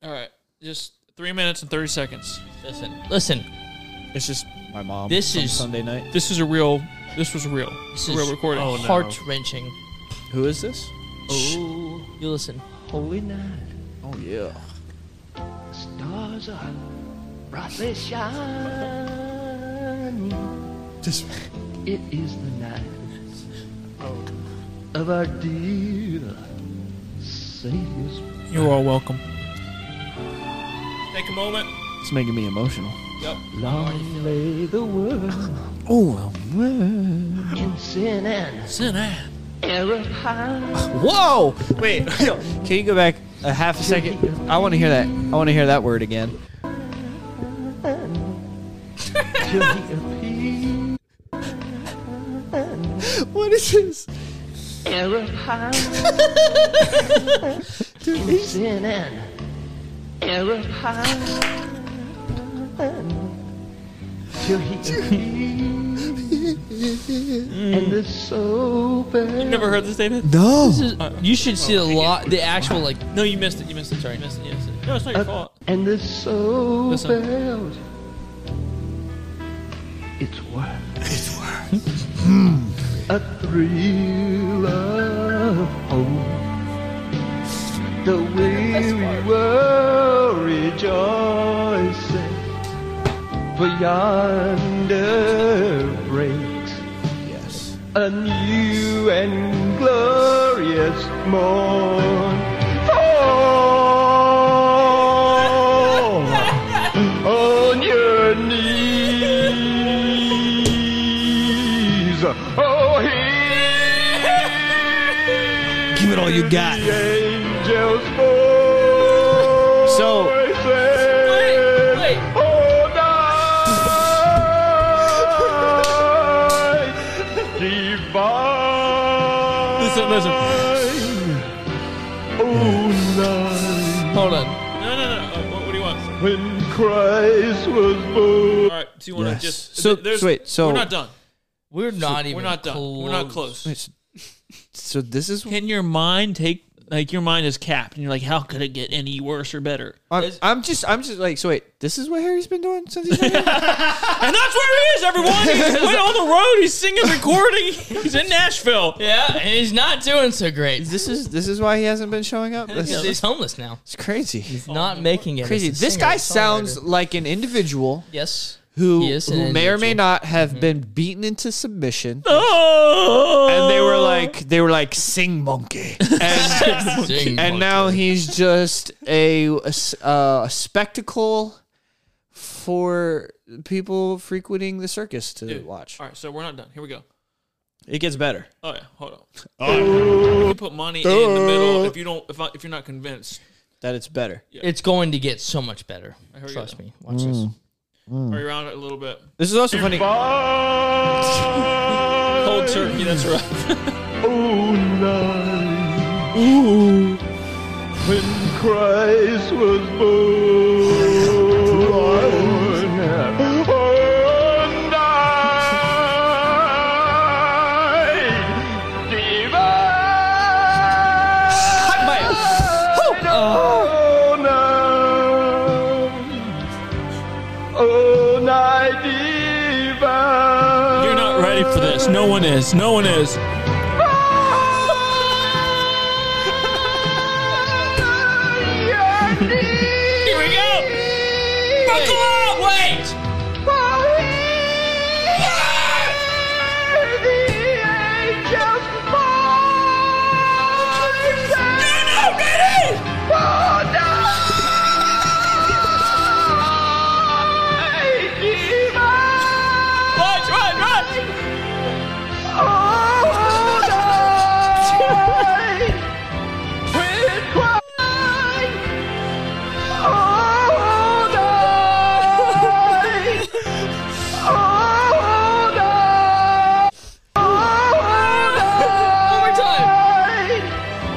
S1: All right, just three minutes and thirty seconds.
S3: Listen, listen.
S2: It's just my mom.
S3: This
S2: on
S3: is-
S2: Sunday night.
S1: This is a real. This was real. This
S3: This
S1: a real
S3: is
S1: recording.
S5: oh, no.
S3: heart wrenching.
S2: Who is this?
S3: Oh, you listen.
S7: Holy night,
S2: Oh yeah.
S7: stars are brightly shining.
S2: Just
S7: It is the night of our dear Savior's
S1: You're all welcome. Take a moment.
S2: it's making me emotional.
S7: long lay the world
S2: Oh,
S7: in sin and
S1: Sit down.
S7: error high.
S2: Whoa! Wait, can you go back a half a second? I want to hear that. I want to hear that word again.
S7: Till he appears,
S2: What is this?
S7: error high. in sin and error high. Till he appears, and the soul burns.
S1: Never heard this, David?
S2: No.
S3: This is, you should see a lot. The actual like.
S1: No, you missed it. You missed it. Sorry, you missed it. You missed it. No, it's not your fault.
S7: And the soul
S1: Listen.
S7: bells. It's worth. It's worth. a thrill of hope. Oh, The weary world rejoicing for yonder breaks
S2: Yes.
S7: a new and glorious morn. Fall
S2: Oh,
S7: on your knees. Oh, hear
S2: Give it all you got.
S7: the angels voices.
S2: So-
S3: wait.
S7: Oh, night divine.
S1: Listen, listen.
S7: Oh, night
S3: Hold on.
S1: No, no, no. Uh, what, what do you want?
S7: when Christ was born.
S1: All right. Do you want to
S2: Yes.
S1: just?
S2: So-
S1: th- there's-
S2: so wait, so-
S1: we're not done.
S3: We're not even.
S1: We're not done.
S3: Close.
S1: We're not close.
S2: So this is.
S1: Can your mind take? Like your mind is capped, and you're like, how could it get any worse or better?
S2: I'm, I'm just. I'm just like. So wait. This is what Harry's been doing since he's been here?
S1: And that's where he is, everyone. He's went on the road. He's singing, recording. He's in Nashville.
S3: Yeah, and he's not doing so great.
S2: This is. This is why he hasn't been showing up. This
S3: He's,
S2: is,
S3: he's homeless now.
S2: it's crazy.
S3: He's not making it.
S2: Crazy.
S3: He's a
S2: This
S3: singer,
S2: guy
S3: a songwriter.
S2: sounds like an individual
S3: Yes.
S2: who,
S3: He is an
S2: who may or may
S3: individual. Mm-hmm.
S2: not have been beaten into submission.
S1: Oh.
S2: and they were like they were like sing monkey and,
S3: Sing
S2: and now he's just a, a s- uh, a spectacle for people frequenting the circus to watch
S1: All right, so we're not done. Here we go.
S2: it gets better
S1: Oh yeah, hold on. You can put money in the middle if you don't. If, I, if you're not convinced,
S2: that it's better
S3: It's going to get so much better.
S1: heard you.
S3: Trust me. Watch this.
S2: Mm.
S1: are you around it a little bit?
S2: this is also funny
S1: Cold turkey. That's right.
S7: Oh, night. When Christ was born. Oh, night. Divine. Oh, night. Oh, night divine.
S1: You're not ready for this. No one is. No one is.
S7: Oh,
S1: Michael! Wait! Run, run, run!
S3: One more time.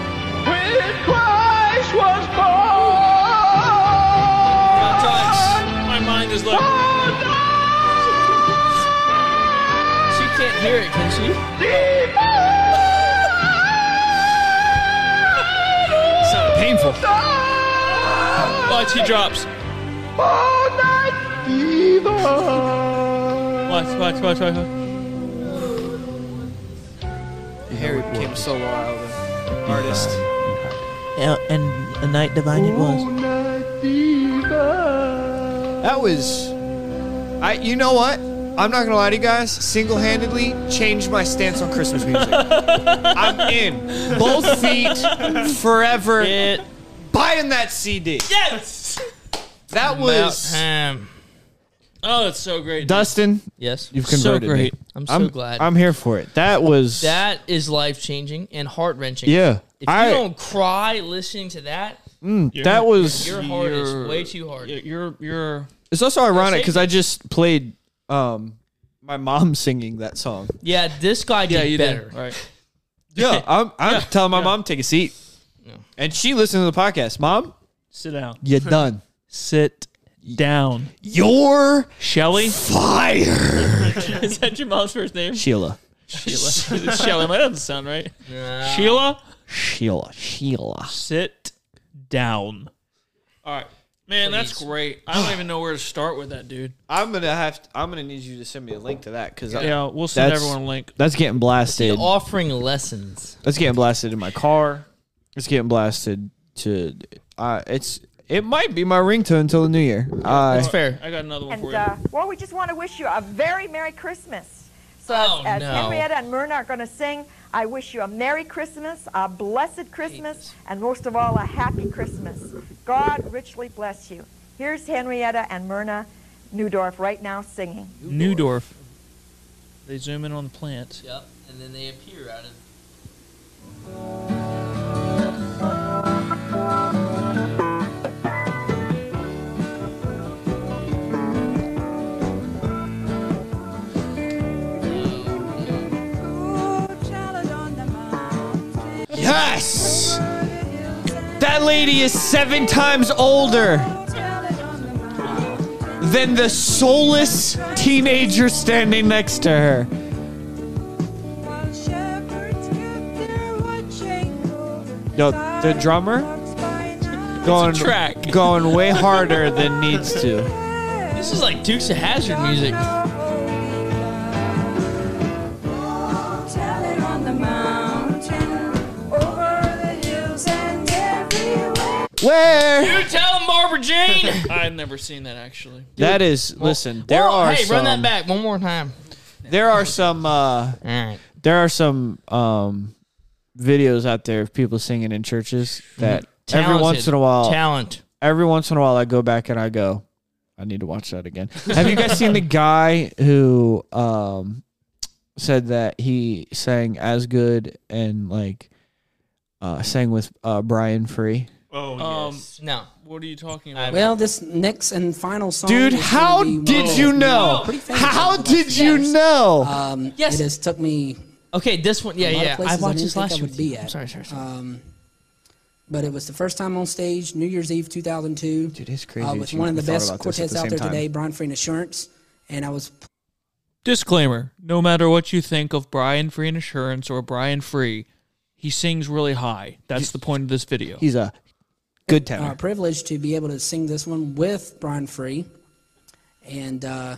S1: One time. My mind is like,
S3: She can't hear it, can she?
S7: It's not
S2: Painful.
S1: watch, he drops. Watch, watch, watch, watch, watch.
S2: Harry became a solo album artist.
S6: and a night divine it was.
S2: That was, I. You know what? I'm not gonna lie to you guys. Single-handedly changed my stance on Christmas music. I'm in both feet forever.
S3: It
S2: Buying that CD.
S1: Yes!
S2: That was
S3: time.
S1: Oh, it's so great.
S2: Dustin.
S3: Yes.
S2: You've
S1: so
S2: converted
S1: great.
S2: me.
S3: I'm so
S2: I'm
S3: glad.
S2: I'm here for it. That was
S3: that is life changing and heart wrenching.
S2: Yeah.
S3: If
S2: I
S3: you don't cry listening to that,
S2: that was
S3: your heart
S1: You're-
S3: is way too hard.
S1: You're, you're, you're
S2: It's also ironic because
S3: it.
S2: I just played um my mom singing that song.
S3: Yeah, this guy did
S1: yeah, you
S3: better.
S1: did. All right.
S2: Yeah, I'm I'm telling my mom take a seat, and she listened to the podcast. Mom,
S1: Sit down.
S2: you're done.
S1: Sit down.
S2: You're
S1: Shelly?
S2: fired,
S1: Is that your mom's first name?
S2: Sheila.
S1: Sheila. It's Shelly. That doesn't sound right. Sheila,
S2: Sheila, Sheila.
S1: sit down. All right. Man, that's great. I don't even know where to start with that, dude.
S2: I'm gonna have. To, I'm gonna need you to send me a link to that because
S1: Yeah, we'll send
S2: That's-
S1: everyone a link.
S2: that's getting blasted.
S3: Offering lessons.
S2: That's getting blasted in my car. It's getting blasted to. Uh, it's. It might be my ringtone until the new year. Uh, I
S3: That's fair.
S1: I got another one for
S8: And
S1: you.
S8: uh, well, we just want to wish you a very Merry Christmas. So
S3: Oh,
S8: as, as
S3: no.
S8: Henrietta and Myrna are going to sing, I wish you a Merry Christmas, a blessed Christmas, and most of all, a happy Christmas. God richly bless you. Here's Henrietta and Myrna Newdorf right now singing.
S1: Newdorf. They zoom in on the plant.
S3: Yep. And then they appear out of.
S2: Yes! That lady is seven times older than the soulless teenager standing next to her. No, the drummer going
S1: track.
S2: going way harder than needs to.
S3: This is like Dukes of Hazard music.
S2: Where?
S3: You tell them, Barbara Jane.
S1: I've never seen that actually.
S2: That is. Listen, there
S3: Well,
S2: are
S3: Hey,
S2: some.
S3: run that back one more time.
S2: There are some. Uh,
S3: All right.
S2: there are some um, videos out there of people singing in churches that every once
S3: Talented.
S2: in a while
S3: Talent.
S2: every once in a while I go back and I go, I need to watch that again. Have you guys seen the guy who um said that he sang as good and like uh sang with uh Brian Free?
S5: Oh,
S1: Um,
S5: yes.
S3: No.
S1: What are you talking about?
S9: Well, this next and final song.
S2: Dude,
S9: is gonna
S2: how
S9: be one
S2: did
S9: of
S2: you
S9: my
S2: know?
S9: pretty famous
S2: How
S9: songs of
S2: did
S9: last
S2: you
S9: years.
S2: know?
S9: Um,
S3: Yes.
S9: It has took me
S3: Okay, this one. Yeah,
S9: a lot
S3: yeah.
S9: of
S3: I
S9: places I,
S3: watched
S9: didn't
S3: this
S9: think I
S3: last
S9: would
S3: week.
S9: be
S3: I'm
S9: at.
S3: Sorry, sorry, sorry.
S9: Um, but it was the first time on stage, New Year's Eve 2002.
S2: Dude, it's crazy
S9: Uh,
S2: that
S9: with
S2: you-
S9: one of
S2: we
S9: the
S2: thought
S9: best
S2: about this at
S9: quartets
S2: the
S9: out
S2: same
S9: there
S2: time.
S9: today, Brian Free and Assurance. And I was
S1: Disclaimer: No matter what you think of Brian Free and Assurance or Brian Free, he sings really high. That's the point of this video.
S2: He's a good
S9: uh,
S2: tenor.
S9: privileged to be able to sing this one with Brian Free. And uh,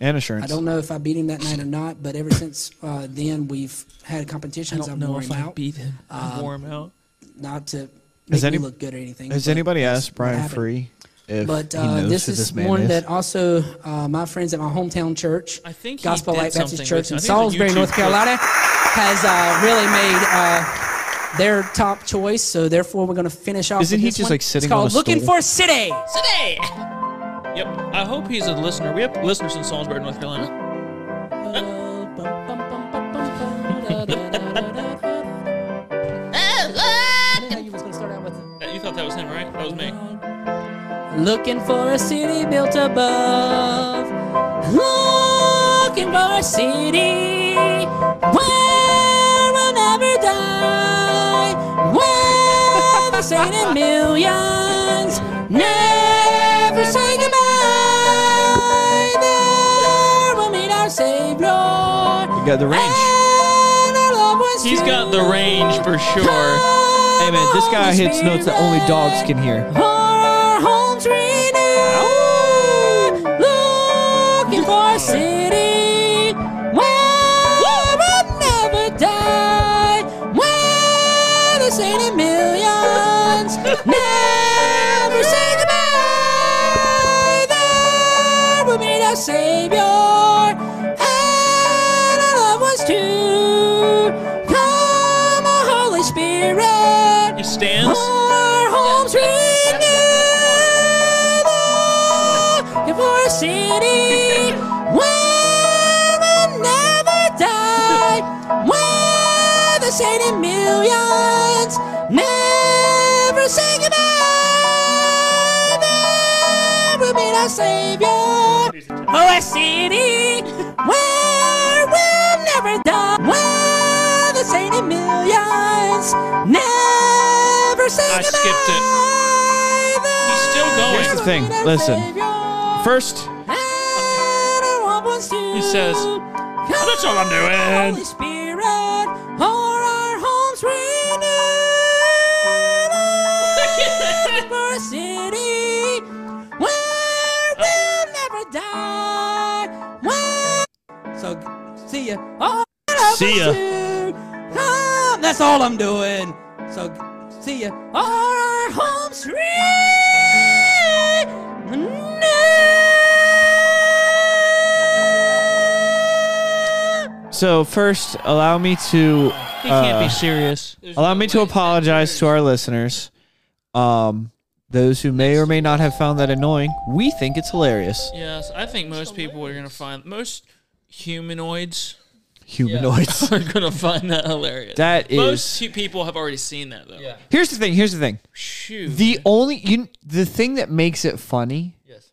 S2: And
S9: I
S2: assurance.
S9: don't know if I beat him that night or not, but ever since uh, then, we've had competitions.
S1: I don't
S9: I've
S1: know
S9: worn
S1: if
S9: him
S1: I
S9: out. Um,
S1: beat him. I wore him out.
S9: not to make
S2: any-
S9: me look good or anything.
S2: Has
S9: but
S2: anybody
S9: that's
S2: asked Brian
S9: what happened.
S2: Free if
S9: But
S2: he
S9: uh,
S2: knows
S9: this
S2: who
S9: is
S2: this man
S9: one
S2: is.
S9: that also uh, my friends at my hometown church,
S1: I think he
S9: Gospel
S1: did
S9: Light
S1: something
S9: Baptist
S1: with
S9: Church
S1: it. I
S9: in
S1: think it was a
S9: Salisbury,
S1: YouTube
S9: North
S1: clip.
S9: Carolina, has uh, really made uh, their top choice. So therefore, we're going to finish off.
S2: Isn't
S9: with
S2: he
S9: this
S2: just,
S9: one.
S2: like, sitting
S9: It's called
S2: on a
S9: Looking
S2: stool?
S9: for City.
S1: Today. Yep. I hope he's a listener. We have listeners in Salisbury, North Carolina. That- You thought that was him, right? That was me.
S9: Looking for a city built above. Looking for a city where we'll never die. Where the Satan millions never say goodbye. There we'll meet our Savior.
S2: You got the range.
S9: And our loved ones
S1: He's got the
S9: too.
S1: range for sure.
S2: Hey man, this guy hits notes that only dogs can hear.
S9: For our homes renewed, looking for a city where we'll never die, where the city millions never say goodbye. There we'll meet our Savior and our loved ones too. Come, our Holy Spirit.
S1: He stands.
S9: Our homes renewed for a city where we'll never die, where the city millions never say goodbye. There will be our savior. Oh, a city where we'll never die. Where the city millions never say
S1: I skipped it. He's still going.
S2: Here's the thing, listen. First,
S9: First,
S1: He says,
S9: That's
S1: all I'm doing."
S9: Holy Spirit, o'er our homes renewed for a city where we'll never die. Where- So, see ya. Oh,
S6: See ya.
S9: Ah, that's all I'm doing. So, see ya. Are our homes
S2: so first, allow me to uh,
S1: He
S9: Uh,
S1: can't be serious.
S2: allow me to apologize to our listeners. Um, those who may or may not have found that annoying, we think it's hilarious.
S1: Yes, I think most people are gonna find most humanoids
S2: Humanoids.
S1: are gonna find that hilarious.
S2: That
S1: most
S2: is-
S1: hu- people have already seen that though. Yeah.
S2: Here's the thing. Here's the thing.
S1: Shoot.
S2: The only you, the thing that makes it funny
S3: Yes.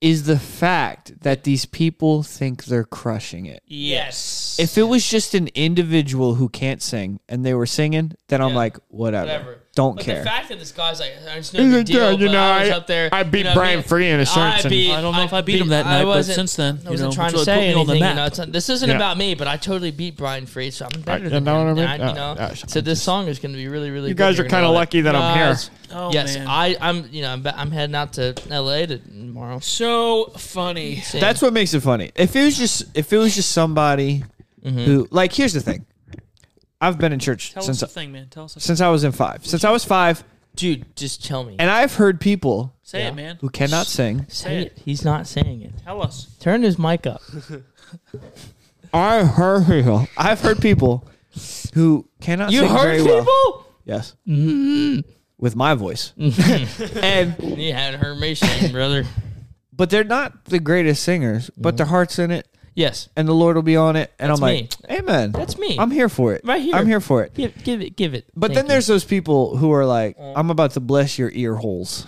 S2: is the fact that these people think they're crushing it.
S1: yes.
S2: If it was just an individual who can't sing and they were singing, then I'm
S3: Yeah.
S2: like, whatever,
S3: Whatever.
S2: don't
S3: But
S2: care.
S3: The fact that this guy's like, it's no big deal.
S5: you
S3: but
S5: know,
S3: I was
S5: I-
S3: up there.
S5: I beat
S3: you know,
S5: Brian
S3: me-
S5: Free in a search and-
S6: I don't know if I beat him that
S3: I
S6: night, but
S3: wasn't-
S6: since then,
S3: I
S6: you
S3: wasn't
S6: know,
S3: trying to
S6: really put
S3: say
S6: me on the
S3: anything. You
S6: map.
S3: know, it's not- this isn't
S5: Yeah.
S3: about me, but I totally beat Brian Free, so I'm better
S5: you
S3: than
S5: know
S3: him.
S5: what I mean?
S3: you
S5: Uh,
S3: know,
S5: uh,
S3: so this song is going to be really, really.
S5: You
S3: good.
S5: guys
S3: You're
S5: are
S3: gonna
S5: kinda
S3: love it.
S5: lucky that I'm here.
S3: Guys,
S1: oh,
S3: yes,
S1: man.
S3: I, I'm. You know, I'm, ba- I'm heading out to L.A. to tomorrow.
S1: so funny.
S3: Same.
S2: That's what makes it funny. If it was just if it was just somebody
S3: Mm-hmm.
S2: who like here's the thing. I've been in church
S1: Tell us
S2: since
S1: the thing, man. Tell us. The
S2: since I was in 5. Since I was 5
S3: dude. Just tell me.
S2: and I've heard people
S1: Say
S3: Yeah.
S1: it, man.
S2: who cannot sing.
S3: Say it. He's not saying it.
S1: Tell us.
S3: Turn his mic up.
S2: I heard people. I've heard people who cannot
S3: You
S2: sing
S3: heard
S2: very
S3: people?
S2: well. Yes.
S3: Mm-hmm.
S2: With my voice.
S3: Mm.
S2: and
S3: You hadn't heard me sing, brother.
S2: but they're not the greatest singers, but their heart's in it
S3: Yes.
S2: and the Lord will be on it and
S3: Mm-hmm. That's
S2: I'm like, "Amen."
S3: That's me.
S2: I'm here for it.
S3: Right here.
S2: I'm here for it.
S3: Give, give it. Give it.
S2: But
S3: Thank
S2: then
S3: you.
S2: there's those people who are like, I'm about to bless your ear holes.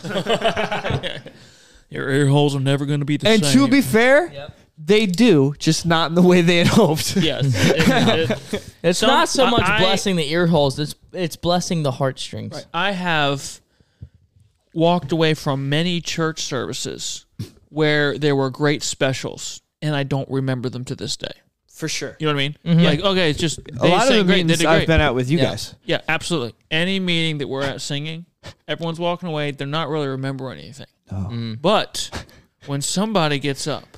S1: Your ear holes are never going to be the
S2: and
S1: same.
S2: to be fair, they do, just not in the way they had hoped.
S1: yes, it- it-
S3: It's
S1: Some-
S3: not so much
S1: I-
S3: blessing the ear holes. It's it's blessing the heartstrings.
S1: I have walked away from many church services where there were great specials, and I don't remember them to this day.
S2: For sure.
S1: You know what I mean? Like, okay, it's just
S2: Mm-hmm. A
S1: they
S2: lot of
S1: sang
S2: the
S1: great, they
S2: meetings
S1: did
S2: I've
S1: great.
S2: been at with you
S3: Yeah.
S2: guys.
S1: yeah, absolutely. Any meeting that we're at singing, everyone's walking away. They're not really remembering anything.
S2: Mm.
S1: But when somebody gets up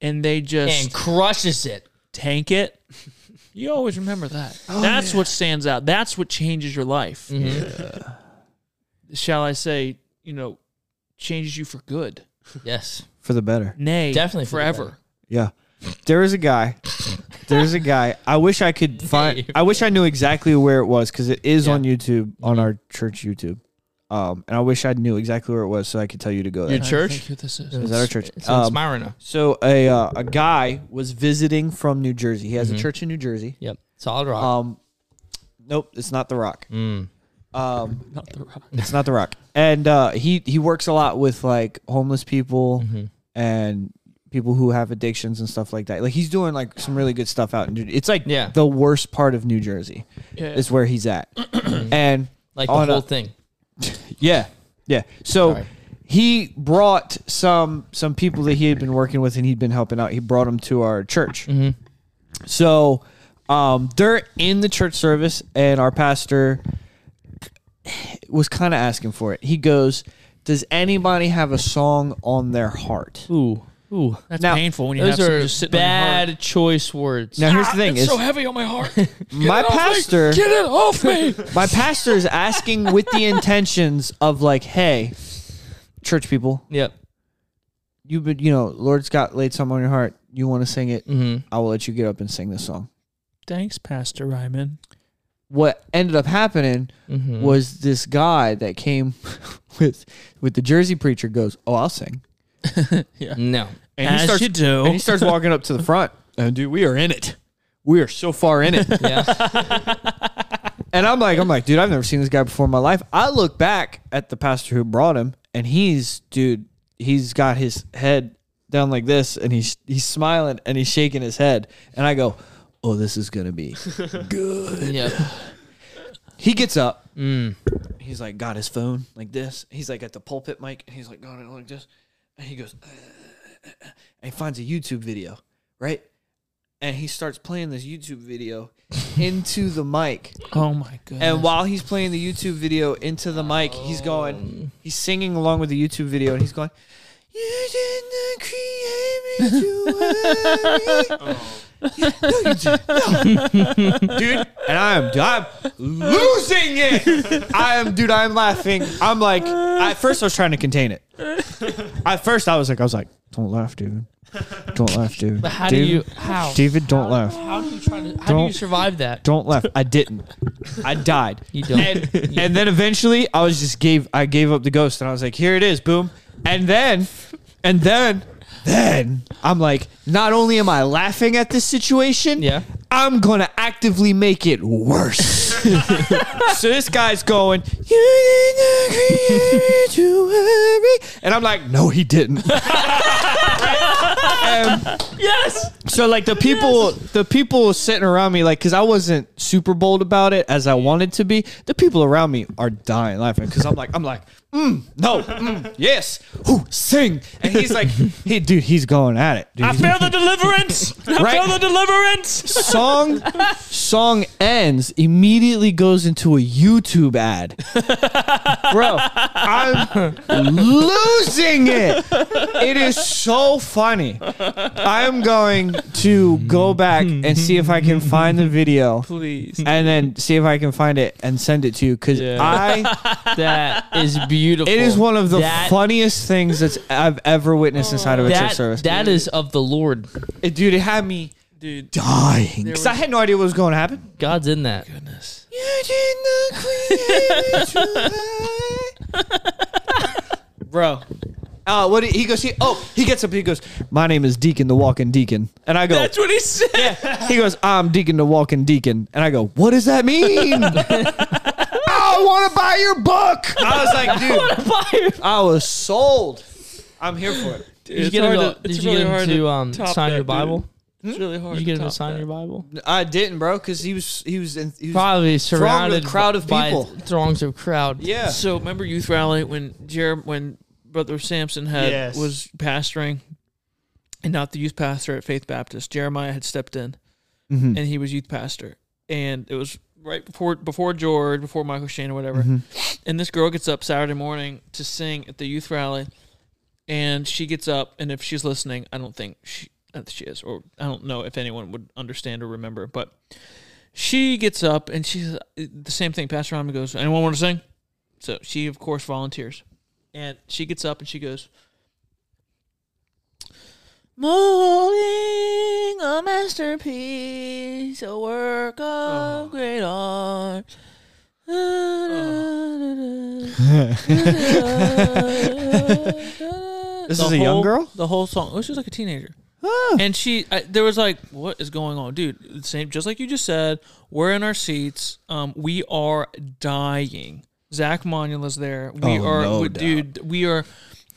S1: and they just
S3: And crushes it.
S1: tank it, you always remember that.
S2: Oh,
S1: That's what stands out.
S2: Mm-hmm.
S1: Mm-hmm. That's what changes your life. Shall I say, you know, changes you for good.
S3: Yes.
S2: for the better.
S1: Nay,
S3: Definitely for the
S1: forever.
S2: Yeah. There is a guy. There's a guy. I wish I could find. I wish I knew exactly where it was because it is on YouTube on our church YouTube. Um, and I wish I knew exactly where it was so I could tell you to go there.
S3: Your
S1: I think
S3: church?
S1: who this is.
S2: Is that our church?
S3: It's
S2: Um,
S3: in Smyrna.
S2: so a uh, a guy was visiting from New Jersey. He has a church in New Jersey.
S3: Yep. Solid rock.
S2: Um, nope, it's not The Rock.
S3: Mm.
S2: Um,
S1: Not the rock.
S2: it's not The Rock. And uh, he he works a lot with like homeless people
S3: Mm-hmm.
S2: and people who have addictions and stuff like that. Like he's doing like some really good stuff out in New It's like
S3: Yeah.
S2: the worst part of New Jersey is where he's at. and
S3: like the
S2: on a-
S3: whole thing.
S2: yeah, yeah. So
S3: Sorry.
S2: he brought some some people that he had been working with and he'd been helping out. He brought them to our church. So um, they're in the church service, and our pastor was kind of asking for it. He goes, "Does anybody have a song on their heart?"
S3: Ooh. Ooh.
S1: That's
S2: Now,
S1: painful when you have
S3: Those
S1: something
S3: are
S1: just sitting on
S3: bad choice words.
S2: Now here's the thing: is
S1: your heart. So heavy on my heart.
S2: my pastor
S1: Get it off me.
S2: my pastor is asking with the intentions of like, "Hey, church people,
S3: Yep.
S2: you've been, you know, Lord's got laid something on your heart. You want to sing it.
S3: Mm-hmm.
S2: I will let you get up and sing this song.
S1: Thanks, Pastor Ryman.
S2: What ended up happening was this guy that came with with the Jersey preacher goes, "Oh, I'll sing,"
S3: No.
S1: And he
S2: As
S1: starts,
S2: you
S1: do.
S2: and he starts walking up to the front. And dude, we are in it. We are so far in it.
S3: Yeah.
S2: And I'm like, I'm like, dude, I've never seen this guy before in my life. I look back at the pastor who brought him, and he's, dude, he's got his head down like this, and he's he's smiling and he's shaking his head, and I go, oh, this is gonna be
S3: yep. Mm.
S2: He gets up. He's like got his phone like this. He's like at the pulpit mic and he's like got it like this. And he goes and he finds a YouTube video, right? And he starts playing this YouTube video into the mic.
S1: Oh my goodness.
S2: And while he's playing the YouTube video into the mic, he's going, he's singing along with the YouTube video, and he's going, "You didn't create me to worry." No, you didn't. No. dude, and I am, I'm losing it. I am, dude, I'm laughing. I'm like, at first I was trying to contain it. At first I was like, I was like, don't laugh, dude. Don't laugh, dude.
S3: But how
S2: David,
S3: do you how
S2: David, don't laugh.
S3: how do you try to how do you
S2: Don't-
S3: survive that?
S2: Don't laugh. I didn't. I died.
S3: You don't.
S2: And, and then eventually, I was just gave. I gave up the ghost, and I was like, "Here it is, boom." And then, and then, then I'm like, not only am I laughing at this situation,
S3: Yeah.
S2: I'm gonna actively make it worse. so this guy's going, "You didn't create to worry," and I'm like, "No, he didn't." Um, And-
S3: Yes.
S2: so like the people, the people sitting around me, like because I wasn't super bold about it as I wanted to be. The people around me are dying laughing because I'm like, I'm like, mm, no, mm, yes, who sing? And he's like, he dude, he's going at it. Dude,
S1: I feel the deliverance. I
S2: Right.
S1: feel the deliverance.
S2: song song ends immediately goes into a YouTube ad. Bro, I'm losing it. It is so funny. I'm going to go back and see if I can find the video
S1: Please.
S2: and then see if I can find it and send it to you cuz
S3: Yeah.
S2: I
S3: That is beautiful.
S2: it is one of the
S3: That-
S2: funniest things that's I've ever witnessed inside of a church
S3: that,
S2: service.
S3: that is of the Lord.
S2: It- Eh, dude, it had me
S1: Dude.
S2: dying. Cuz I had no idea what was going to happen.
S3: God's in that.
S2: Bro. Uh, what he, he goes, he, oh, he gets up, he goes, My name is Deacon the Walking Deacon. And I go,
S1: That's what he said.
S2: He goes, I'm Deacon the Walking Deacon. And I go, What does that mean? I want to buy your book. I was like, Dude, I was sold. I'm here for it.
S3: Did you get him to, did you get him to um, sign your Bible?
S1: It's really hard.
S3: Did Hmm? you get him to
S1: top
S3: sign
S1: that.
S3: your Bible?
S2: I didn't, bro, because he was, he was, in, he was
S3: Probably surrounded
S2: crowd of
S3: by
S2: people.
S3: Throngs of crowd.
S2: yeah.
S1: So remember youth rally when Jer when Brother Sampson had
S5: Yes.
S1: was pastoring, and not the youth pastor at Faith Baptist. Jeremiah had stepped in,
S2: Mm-hmm.
S1: and he was youth pastor, and it was right before before George, before Michael Shane or whatever. And this girl gets up Saturday morning to sing at the youth rally, and she gets up, and if she's listening, I don't think she uh, she is, or I don't know if anyone would understand or remember, but. She gets up uh, and she's the same thing. Pastor Rama goes, "Anyone want to sing?" So she, of course, volunteers. And she gets up and she goes, Molding a masterpiece, a work
S2: Oh.
S1: of great art.
S2: This
S1: The
S2: is a young
S1: whole-
S2: girl?
S1: The whole song. Oh, she was like a teenager. And she, I, there was like, what is going on, dude? Same, just like you just said. We're in our seats. Um, we are dying. Zach Monula's there. We
S2: Oh,
S1: are,
S2: no
S1: we-
S2: doubt.
S1: dude. We are.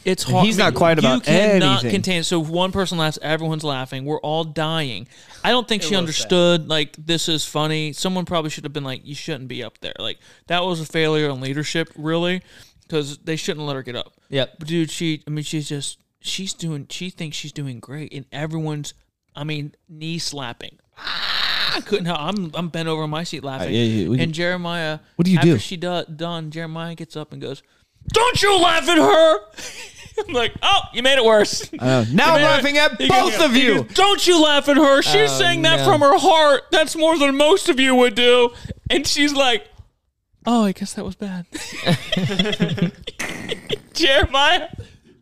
S1: It's hard.
S2: he's not quiet about
S1: you cannot
S2: anything.
S1: contain. So if one person laughs, everyone's laughing. We're all dying. I don't think she understood. Like this is funny. Someone probably should have been like, you shouldn't be up there. Like that was a failure on leadership, really, because they shouldn't let her get up.
S3: Yep.
S1: But dude, she I mean she's just she's doing she thinks she's doing great and everyone's I mean, knee slapping. Ah, I couldn't help I'm I'm bent over in my seat laughing.
S2: Uh, yeah, yeah, what do
S1: and
S2: you-
S1: Jeremiah
S2: what do you
S1: after
S2: do?
S1: she do, done, Jeremiah gets up and goes, Don't you laugh at her I'm like, Oh, you made it worse.
S2: I know. Now I'm laughing at
S1: He goes-
S2: both of
S1: he
S2: you.
S1: goes, Don't you laugh at her. She's
S2: Uh,
S3: Oh,
S1: saying that
S3: no.
S1: from her heart. That's more than most of you would do. And she's like, Oh, I guess that was bad. Jeremiah.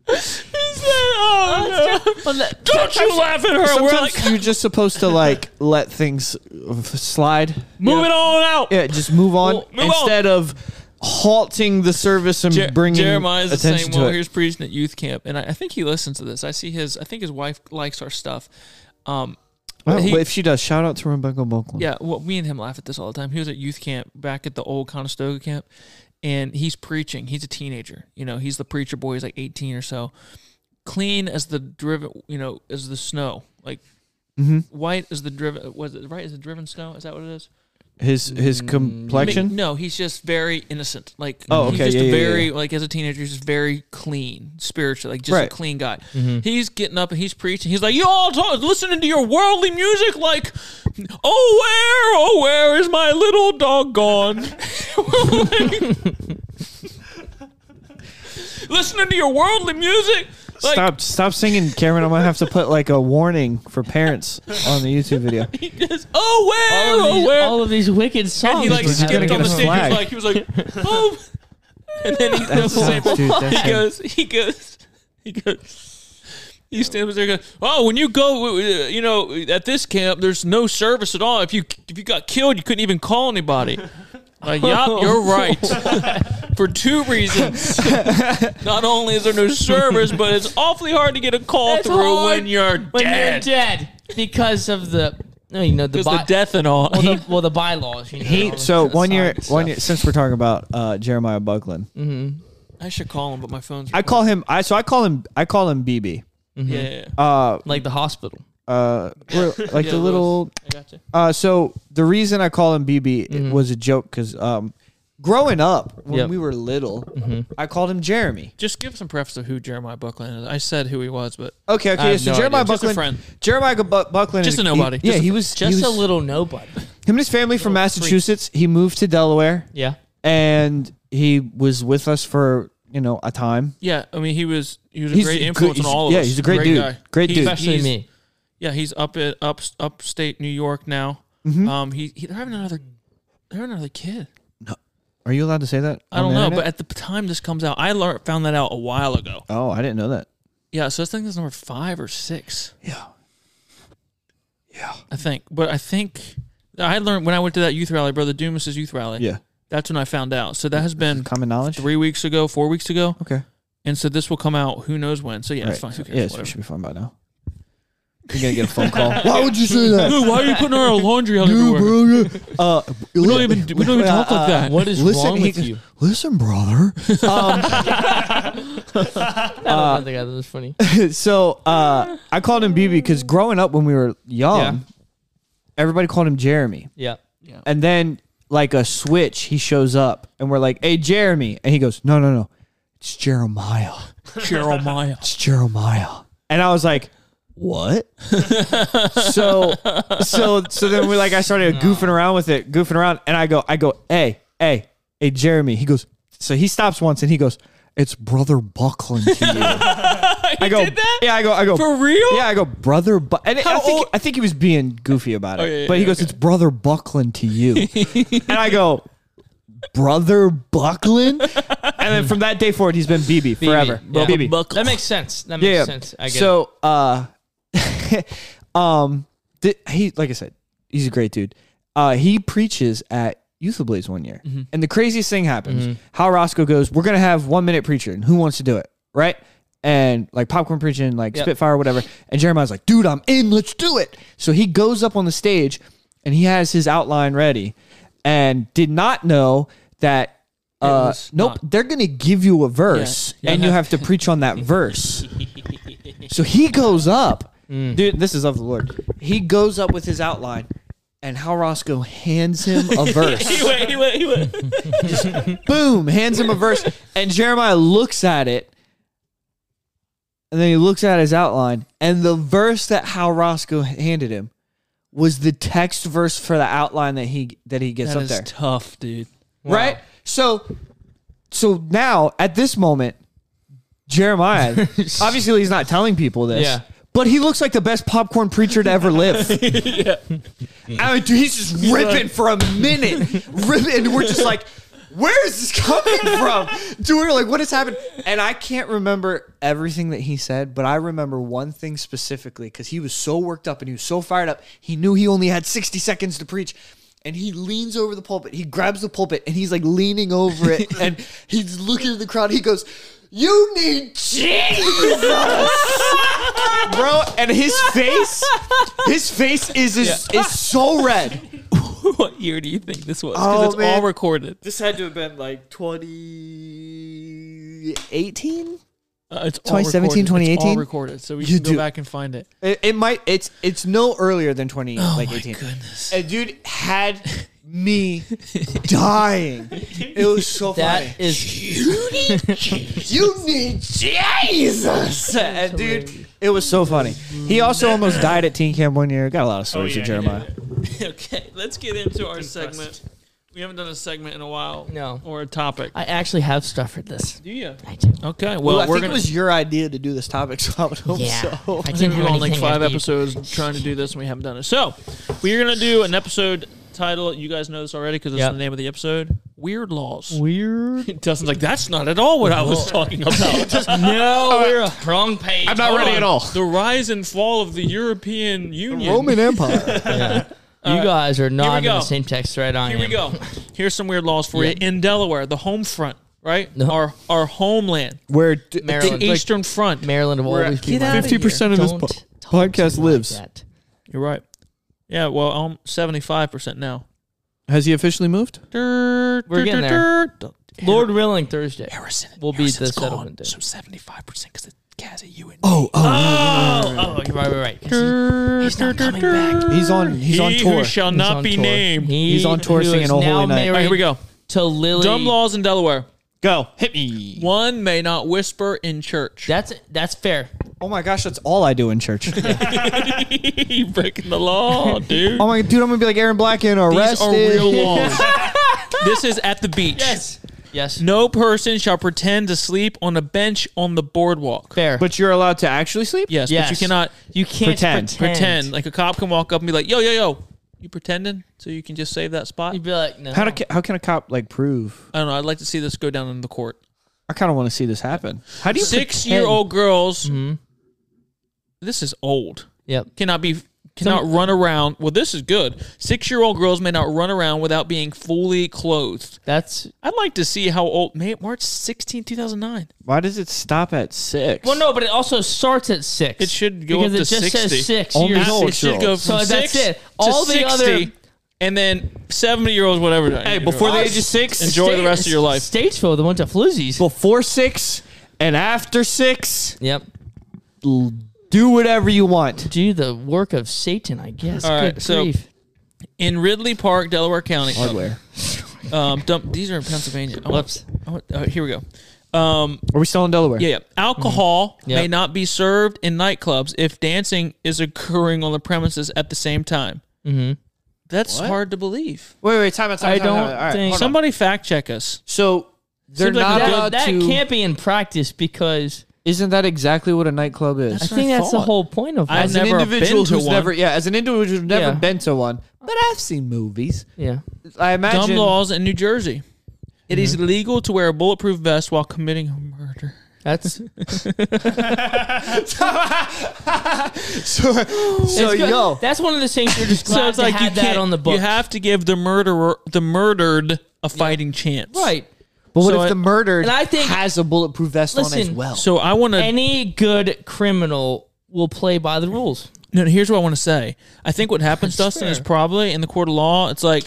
S1: He said, Oh, no.
S3: Well, that-
S1: Don't you laugh at her. We're like,
S2: Sometimes you're just supposed to like let things uh, slide.
S1: move it on out.
S2: Yeah, just move on
S1: Well, move on.
S2: instead of halting the service and
S1: Jer-
S2: bringing
S1: Jeremiah's the same
S2: attention to
S1: one.
S2: it.
S1: Here's preaching at youth camp, and I, I think he listens to this. I see his. I think his wife likes our stuff. Um,
S2: Well,
S1: he-
S2: but if she does, shout out to Rebecca Buckland.
S1: Yeah, well, me and him laugh at this all the time. He was at youth camp back at the old Conestoga camp, and he's preaching. He's a teenager, you know. He's the preacher boy. He's like eighteen or so, clean as the driven, you know, as the snow, like white as the driven. Was it right? Is the driven snow? Is that what it is?
S2: His his
S1: Mm.
S2: complexion.
S1: No, he's just very innocent. Like,
S2: Oh,
S1: he's
S2: okay,
S1: just
S2: yeah,
S1: a
S2: yeah,
S1: very
S2: yeah.
S1: like as a teenager, he's just very clean spiritually, like just a
S2: Right. Mm-hmm.
S1: clean guy. He's getting up and he's preaching. He's like, "You all talk, listening to your worldly music, like, oh where, oh where is my little dog gone?" listening to your worldly music, like,
S2: stop stop singing, Cameron. I'm gonna have to put like a warning for parents on the YouTube video.
S1: He goes, "Oh where,
S3: all, of
S1: oh
S3: these,
S1: where?"
S3: all of these wicked songs.
S1: and he like
S3: we're having.
S1: skipped
S2: gonna
S1: on the
S2: get a
S1: stage. He was
S2: flag.
S1: like, he was like, "Oh," and then he goes the same
S2: sucks, dude. That
S1: he
S2: sucks.
S1: goes, he goes, he goes. He stands there and goes, "Oh, when you go, uh, you know, at this camp, there's no service at all. If you if you got killed, you couldn't even call anybody." Like, yup, you're right. For two reasons. Not only is there no service, but it's awfully hard to get a call
S3: It's
S1: through
S3: hard
S1: when you're
S3: when
S1: dead.
S3: you're dead because of the no, you know the,
S1: Because
S3: by,
S1: the death and all.
S3: well, the, well the bylaws. You know,
S1: "Oh,
S3: all
S2: He
S3: this
S2: so
S3: kind of
S2: one year
S3: science
S2: one
S3: stuff.
S2: year since we're talking about uh, Jeremiah Buckland,
S1: Mm-hmm. I should call him, but my phone's.
S2: I call him I so I call him I call him BB.
S1: yeah, yeah, yeah.
S2: Uh,
S3: like the hospital.
S2: uh, we're- like
S1: Yeah,
S2: the little
S1: I got you.
S2: Uh, so the reason I call him BB it was a joke because um, growing up when
S3: Yep.
S2: we were little, I called him Jeremy.
S1: Just give some preface of who Jeremiah Buckland is. I said who he was, but
S2: Okay,
S1: I
S2: okay.
S1: have
S2: So
S1: no idea.
S2: Jeremiah
S1: Just a
S2: Buckland,
S1: friend.
S2: Jeremiah Bu- Buckland,
S1: Just
S2: is-
S1: a
S2: he-
S1: nobody.
S2: yeah,
S1: Just
S2: he
S1: a-
S2: was he
S3: Just a
S2: was-
S3: little nobody.
S2: Him and his family from
S1: little freak.
S2: Massachusetts. He moved to Delaware,
S3: Yeah.
S2: and he was with us for you know a time.
S1: yeah, I mean he was he was a
S2: He's
S1: great
S2: a good-
S1: influence on
S2: he's-
S1: all of
S2: yeah,
S1: us.
S2: he's a great dude.
S1: guy.
S2: Great
S1: He's-
S2: dude.
S3: Especially
S1: he's-
S3: me.
S1: Yeah, he's up at up upstate New York now.
S2: Mm-hmm.
S1: Um, he, he they're having another they're having another kid.
S2: Are you allowed to say that?
S1: I
S2: on
S1: don't
S2: the
S1: know, but
S2: internet?
S1: at the time this comes out, I learned, found that out a while ago.
S2: oh, I didn't know that.
S1: Yeah, so I think that's number five or six.
S2: Yeah.
S1: I think, but I think I learned when I went to that youth rally, brother Dumas's youth rally.
S2: Yeah.
S1: that's when I found out. So that has been
S2: Common knowledge.
S1: three weeks ago, four weeks ago.
S2: Okay.
S1: And so this will come out who knows when. So yeah, it's fine.
S2: Right.
S1: Who cares?
S2: Yeah,
S1: Whatever.
S2: it should be fine by now. You're gonna get a phone call. Why would you say that?
S1: Dude, why are you putting our laundry out
S2: Dude,
S1: everywhere?
S2: bro, yeah. Uh,
S1: We don't even we don't even talk like that.
S3: What is
S2: listen,
S3: wrong
S2: he
S3: with
S2: goes,
S3: you?
S2: Listen, brother. uh,
S3: I don't know the guy that was funny.
S2: so uh, I called him BB because growing up when we were young,
S3: Yeah.
S2: everybody called him Jeremy.
S3: Yeah.
S2: And then, like a switch, he shows up and we're like, hey, Jeremy. And he goes, no, no, no. It's Jeremiah.
S1: Jeremiah.
S2: It's Jeremiah. And I was like, what? so, so, so then we like, I started goofing around with it, goofing around. And I go, I go, hey, hey, hey, Jeremy. He goes, so he stops once and he goes, it's brother Buckland to you. I go, yeah, I go, I go,
S1: For real?
S2: yeah, I go, brother. Bu-. And I
S1: How
S2: think
S1: old-
S2: I think he was being goofy about it,
S1: yeah, yeah,
S2: but he
S1: yeah,
S2: goes, "It's brother Buckland to you," and I go, brother Buckland. and then from that day forward, he's been BB forever.
S3: Yeah.
S2: BB.
S3: That makes sense. That makes
S2: Yeah.
S3: sense. I get it.
S2: so, uh, um, th- he like I said, he's a great dude. Uh, he preaches at Youth Ablaze one year,
S3: Mm-hmm.
S2: and the craziest thing happens. How Roscoe goes, "We're gonna have one minute preacher, and who wants to do it?" Right. And like popcorn preaching, like Spitfire, whatever. And Jeremiah's like, dude, I'm in. Let's do it. So he goes up on the stage and he has his outline ready and did not know that, uh,
S1: was
S2: nope,
S1: not-
S2: they're going to give you a verse
S1: Yeah.
S2: and you have to preach on that verse. So he goes up.
S1: Mm.
S2: Dude, this is of the Lord. He goes up with his outline, and Hal Roscoe hands him a verse.
S1: Anyway, anyway, anyway.
S2: Boom, hands him a verse. And Jeremiah looks at it, and then he looks at his outline, and the verse that Hal Roscoe handed him was the text verse for the outline that he that he gets
S1: That
S2: up
S1: is
S2: there.
S1: tough, dude.
S2: Right? So so now at this moment, Jeremiah obviously he's not telling people this.
S3: Yeah.
S2: But he looks like the best popcorn preacher to ever live. I mean, dude, he's just ripping for a minute. ripping, and we're just like, where is this coming from? Dude, we're like, what has happened? And I can't remember everything that he said, but I remember one thing specifically because he was so worked up and he was so fired up. He knew he only had 60 seconds to preach. And he leans over the pulpit. He grabs the pulpit and he's like leaning over it and he's looking at the crowd. He goes, You need Jesus! bro. And his face, his face is is, is so red.
S1: what year do you think this was? Because
S2: Oh,
S1: it's
S2: man.
S1: all recorded.
S2: This had to have been like 2018.
S1: Uh, it's all
S2: 2017,
S1: recorded. It's all recorded, so
S2: 2018?
S1: we
S2: You
S1: can go
S2: do.
S1: back and find it.
S2: It, it might. It's it's no earlier than 20 like 18.
S1: Goodness.
S2: And dude had me dying. It was so funny.
S3: That is
S2: you need Jesus, and dude. It was so funny. He also almost died at teen camp one year. Got a lot of stories
S5: yeah,
S2: of
S5: he did.
S2: Jeremiah.
S1: okay, let's get into our segment. We haven't done a segment in a while.
S3: No.
S1: Or a topic.
S3: I actually have stuff for this.
S1: do you?
S3: I do.
S1: Okay, well,
S2: Well, I
S1: we're
S2: think
S1: going
S2: it was your idea to do this topic, so I would hope
S3: Yeah.
S2: so.
S3: I
S1: I think
S3: didn't
S1: we've
S3: have
S1: been on like
S3: anything
S1: five
S3: I need.
S1: episodes trying to do this, and we haven't done it. So we're gonna do an episode title. You guys know this already because it's
S3: Yep.
S1: the name of the episode. Weird laws.
S3: Weird.
S1: Dustin's like, that's not at all what I was talking about.
S3: No, we're wrong page.
S5: I'm not
S1: Hold
S5: ready
S1: on.
S5: at all.
S1: The rise and fall of the European Union.
S2: Empire.
S3: You guys are not in
S1: go.
S3: the same text thread on
S1: Here we go. Here's some weird laws for you. In Delaware, the home front, right?
S3: No.
S1: Our our homeland,
S2: Where d-
S1: the
S3: Maryland. Like,
S1: Eastern Front.
S3: Maryland will always be
S2: Get
S3: my
S2: outta 50% of this
S3: Don't
S2: po-
S3: talk to me
S2: podcast
S3: like
S2: lives.
S3: that.
S1: You're right. Yeah, well, I'm 75% now.
S2: has he officially moved?
S1: We're
S3: getting Lord willing, Thursday will be the settlement day.
S1: So 75% because the Gaz at you and
S2: Oh, oh,
S3: Oh, you're right, right, right. 'cause he- he's not coming back.
S2: he's on. He's
S1: he
S2: on
S1: Who
S2: tour.
S1: shall
S3: he's
S1: not
S3: on
S1: be
S3: tour.
S1: named.
S3: He
S2: He's on tour
S3: who
S2: singing
S3: is
S2: Oh
S3: now
S2: Holy Night.
S3: married
S1: All right, here we go.
S3: To Lily.
S1: Dumb laws in Delaware.
S2: Go hit me.
S1: One may not whisper in church.
S3: That's that's fair.
S2: Oh my gosh, that's all I do in church.
S1: you breaking the law, dude.
S2: oh my dude, I'm gonna be like Aaron Black and
S1: These
S2: arrested.
S1: are real laws. this is at the beach.
S3: Yes.
S1: No person shall pretend to sleep on a bench on the boardwalk.
S3: Fair.
S2: But you're allowed to actually sleep.
S1: Yes,
S3: yes.
S1: but you cannot
S3: You can't
S2: Pretend.
S3: pretend.
S1: pretend. Like a cop can walk up and be like, "Yo, yo, yo, you pretending?" So you can just save that spot.
S3: You'd be like, no.
S2: How do, ca- how can a cop like prove?
S1: I don't know. I'd like to see this go down in the court.
S2: I kind of want to see this happen. How do you?
S1: Six-year-old girls. This is old.
S3: Yep.
S1: Cannot be. Cannot run around. Well, this is good. Six-year-old girls may not run around without being fully clothed.
S3: That's
S1: I'd like to see how old. May March 16, 2009.
S2: Why does it stop at six?
S3: well, no, but it also starts at six.
S1: It should go
S3: because
S1: up
S3: it
S1: to
S3: just
S1: 60.
S3: says six.
S2: Only
S3: You're-
S2: no
S1: it should go
S3: So
S1: from
S3: that's
S1: six
S3: it.
S1: to
S3: All the
S1: 60,
S3: other-
S1: and then 70 year olds, whatever.
S2: Hey, before the
S1: they
S2: age of six,
S1: enjoy the rest of your life.
S3: Statesville, the one to Floozies.
S2: before six and after six,
S3: Yep.
S2: l- do whatever you want.
S3: Do the work of Satan, I guess.
S1: All right,
S3: Good
S1: so-
S3: grief.
S1: in Ridley Park, Delaware County.
S2: Hardware.
S1: Um, dump, these are in Pennsylvania. I want-
S3: Whoops.
S1: I want- uh, here we go. Um,
S2: Are we still in Delaware?
S1: yeah, yeah. alcohol
S3: Yep.
S1: may not be served in nightclubs if dancing is occurring on the premises at the same time. Mm-hmm. That's hard to believe.
S2: Wait, wait, time out. Time
S3: I
S2: out, time out.
S3: don't
S2: All right,
S3: think-
S2: hold on.
S1: Somebody fact check us.
S2: So they're
S1: Seems like
S2: not
S1: we did-
S2: allowed
S3: That, that
S2: to.
S3: can't be in practice because
S2: Isn't that exactly what a nightclub is?
S3: I think
S1: I
S3: that's the
S1: thought.
S3: whole point of it.
S1: I
S2: as an
S1: never
S2: individual
S1: been to
S2: who's
S1: one.
S2: never, yeah, as an individual who's never
S3: Yeah.
S2: been to one, but I've seen movies.
S3: yeah.
S2: I imagine
S1: Dumb laws in New Jersey. It is illegal to wear a bulletproof vest while committing a murder.
S3: That's
S2: So, so
S3: It's good.
S2: yo,
S3: That's one of the things you're just glad
S1: so it's like you
S3: had that
S1: can't,
S3: on the book,
S1: You have to give the murderer, the murdered, a fighting chance.
S3: right?
S2: but what
S1: so
S2: if
S1: I-
S2: the murdered
S3: and I think-
S2: has a bulletproof vest on as
S3: Listen,
S2: well?
S1: So I want to.
S3: Any good criminal will play by the rules.
S1: No, no, here's what I want to say. I think what happens,
S3: That's
S1: Dustin, is
S3: fair.
S1: probably in the court of law. It's like,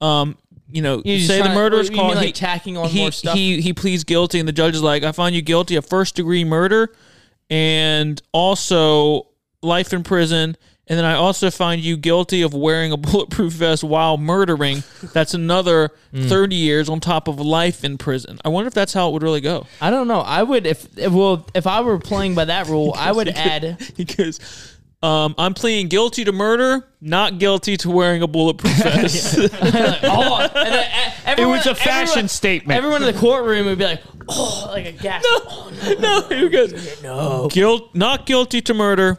S1: um, you know,
S3: You're just
S1: say the
S3: trying to-
S1: murderer's
S3: you mean
S1: caught.
S3: like tacking on
S1: he,
S3: more stuff?
S1: He he pleads guilty, and the judge is like, "I find you guilty of first degree murder, and also life in prison." And then I also find you guilty of wearing a bulletproof vest while murdering. That's another
S3: Hmm.
S1: thirty years on top of life in prison. I wonder if that's how it would really go.
S3: I don't know. I would if, if well if I were playing by that rule, I would add
S1: He goes, um, "I'm pleading guilty to murder, not guilty to wearing a bulletproof vest."
S3: oh, and then e- everyone-
S5: was a fashion
S3: everyone-
S5: statement.
S3: Everyone in the courtroom would be like, oh, like a gasp.
S1: No, he goes, no. Guilt, not guilty to murder,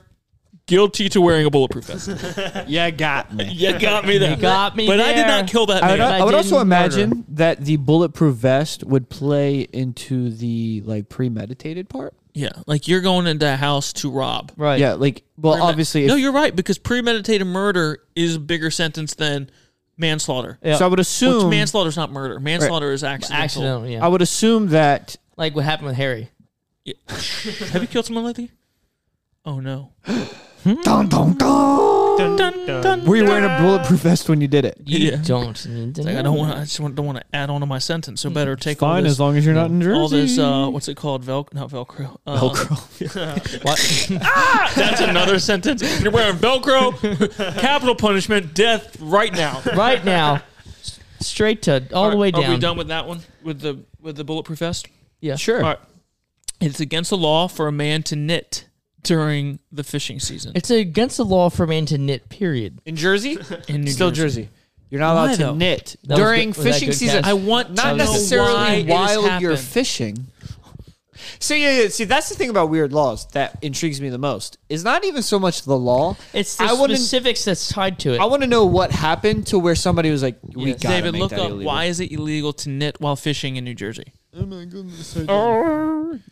S1: guilty to wearing a bulletproof vest.
S5: Yeah, got me.
S1: you got me there. You
S3: got me
S1: But I did
S3: there.
S1: not kill that
S2: I
S1: man.
S2: would,
S3: But I
S2: I would also
S3: didn't murder.
S2: imagine that the bulletproof vest would play into the like premeditated part.
S1: yeah, like you're going into a house to rob.
S3: Right.
S2: Yeah, like well, obviously, if,
S1: no, you're right because premeditated murder is a bigger sentence than manslaughter.
S3: Yeah.
S2: so I would assume
S1: Which manslaughter is not murder. Manslaughter is accidental.
S3: Accidental. Yeah.
S2: I would assume that
S3: like what happened with Harry.
S1: Have you killed someone lately? Oh no.
S2: dun, dun, dun,
S5: Dun, dun, dun.
S2: were you wearing a bulletproof vest when you did it?
S3: You
S1: Yeah.
S3: don't need to.
S1: Like, I
S3: know.
S1: don't want. I just want, don't want to add on to my sentence. So better take all
S2: Fine,
S1: this,
S2: as long as you're not in Jersey.
S1: all this. Uh, what's it called? Velcro? Not Velcro. Uh,
S3: What?
S1: That's another sentence. You're wearing Velcro. Capital punishment, death right now.
S3: right now, s- straight to all the way down.
S1: Are we done with that one? With the with the bulletproof vest?
S3: Yeah.
S2: Sure.
S1: All right. It's against the law for a man to knit during the fishing season.
S3: It's against the law for a man to knit. Period.
S2: In Jersey?
S1: in New
S2: Still
S1: Jersey.
S2: Jersey. You're not allowed
S1: Why,
S2: to
S1: though?
S2: knit
S3: That was
S2: during
S3: good- was that
S2: fishing
S3: good
S2: season.
S3: catch?
S1: I want
S3: I
S2: not
S3: don't know
S1: why
S2: necessarily
S1: it has
S2: while you're
S1: happened.
S2: fishing. So yeah, yeah, see that's the thing about weird laws that intrigues me the most. Is not even so much the law.
S3: It's the
S2: I want to
S3: specifics that's tied to it.
S2: I want to know what happened to where somebody was like, "We
S3: Yes.
S2: got
S1: David, look up
S2: illegal.
S1: why is it illegal to knit while fishing in New Jersey?
S2: Oh my goodness! I,
S1: Dustin,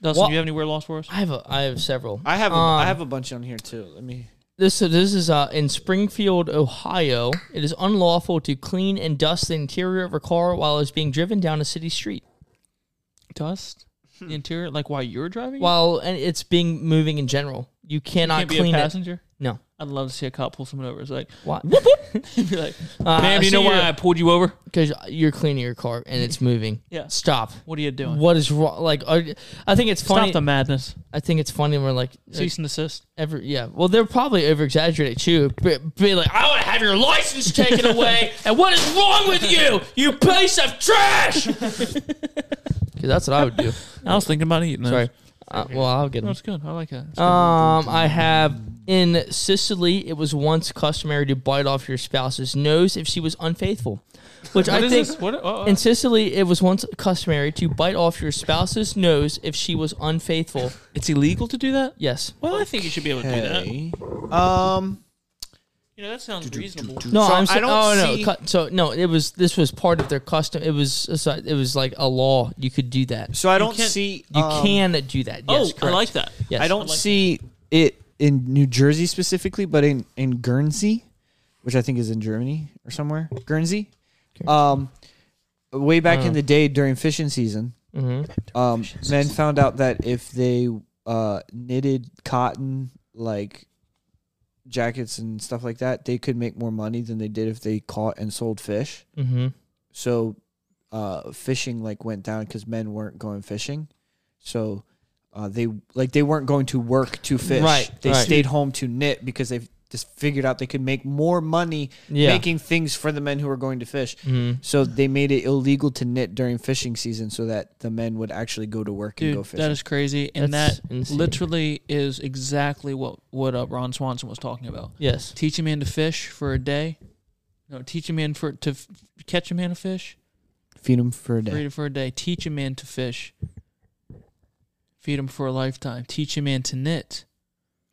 S3: Wha-
S1: do you have any weird laws for us?
S3: I have a, I have several.
S2: I have a,
S3: Um,
S2: I have a bunch on here too. Let me.
S3: This so this is uh, in Springfield, Ohio. It is unlawful to clean and dust the interior of a car while it's being driven down a city street.
S1: Dust? The interior? Like while you're driving?
S3: While and it's being moving in general, you
S1: you
S3: cannot
S1: can't
S3: clean
S1: be a
S3: it.
S1: passenger?
S3: No.
S1: I'd love to see a cop pull someone over. It's like,
S3: What?
S1: be like,
S3: Uh,
S1: ma'am, do you know why I pulled you over?
S3: Because you're cleaning your car and it's moving.
S1: Yeah.
S3: Stop.
S1: What are you doing?
S3: What is wrong? Like, are, I think it's funny.
S1: Stop the madness.
S3: I think it's funny. We're like,
S1: Cease and desist.
S3: every yeah. Well, they're probably over exaggerating too. But be like, I want to have your license taken away. and what is wrong with you? You piece of trash. Because that's what I would do.
S1: I was thinking about eating. those.
S3: Sorry. Uh, well, I'll get them.
S1: That's good. I like that. It's
S3: Um, I have in Sicily. It was once customary to bite off your spouse's nose if she was unfaithful, which I
S1: good. What is
S3: think
S1: this? What- uh, uh,
S3: in Sicily it was once customary to bite off your spouse's nose if she was unfaithful.
S1: it's illegal to do that?
S3: Yes.
S1: Well, I think you should be able to do that. You
S2: Um.
S1: know, that sounds reasonable.
S3: No,
S2: So
S3: I'm
S2: I
S3: saying,
S2: don't
S3: oh
S2: see-
S3: no. Cu- so no, it was this was part of their custom. It was it was like a law. You could do that.
S2: So I don't
S1: can't-
S2: see.
S3: You
S2: um,
S3: can do that.
S1: Oh,
S3: Yes,
S1: I
S3: correct.
S1: like that.
S3: Yes.
S2: I don't see it in New Jersey specifically, but in in Guernsey, which I think is in Germany or somewhere. Guernsey. Um, way back in the day during fishing season, um, men found out that if they uh, knitted cotton like jackets and stuff like that, they could make more money than they did if they caught and sold fish.
S3: Mm-hmm.
S2: So, uh, fishing like went down because men weren't going fishing. So, uh, they like they weren't going to work to fish.
S3: Right,
S2: They
S3: right.
S2: stayed home to knit because they just figured out they could make more money
S3: Yeah. mm-hmm,
S2: making things for the men who were going to fish. So they made it illegal to knit during fishing season so that the men would actually go to work and go
S1: Dude,
S2: fishing.
S1: that is crazy. And
S3: That's
S1: that
S3: insane.
S1: literally is exactly what, what uh, Ron Swanson was talking about.
S3: Yes.
S1: Teach a man to fish for a day. No, teach a man for to f- catch a man a fish.
S2: Feed them for a
S1: Read
S2: day.
S1: it for a day. Teach a man to fish. Feed him for a lifetime. Teach a man to knit.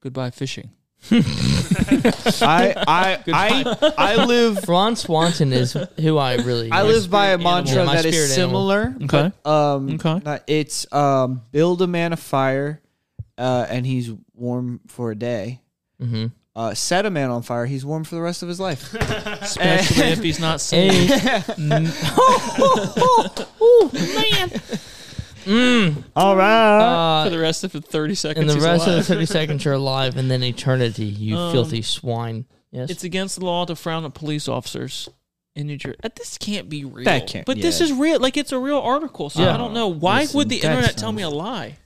S1: Goodbye fishing.
S2: I I I I live
S3: Ron Swanson is who I really.
S2: I live by a mantra
S3: My
S2: that is
S3: spirit animal.
S2: similar.
S1: Okay.
S2: But, um,
S1: Okay.
S2: not- it's um, build a man a fire, uh, and he's warm for a day.
S3: Mhm.
S2: Uh, set a man on fire, he's warm for the rest of his life.
S1: Especially if he's not singing.
S3: Hey,
S2: All right.
S1: for
S3: uh,
S1: the rest of the 30 seconds.
S3: and the
S1: he's
S3: rest
S1: alive.
S3: of the 30 seconds are alive, and then eternity, you
S2: Um,
S3: filthy swine. Yes.
S1: It's against the law to frown at police officers in New Jersey. Uh, This can't be real.
S2: That can't-
S1: But this
S2: yeah.
S1: is real. Like it's a real article. So
S3: Yeah.
S1: I don't know why
S2: Listen,
S1: would the
S2: that's
S1: internet tell
S2: not-
S1: me a lie?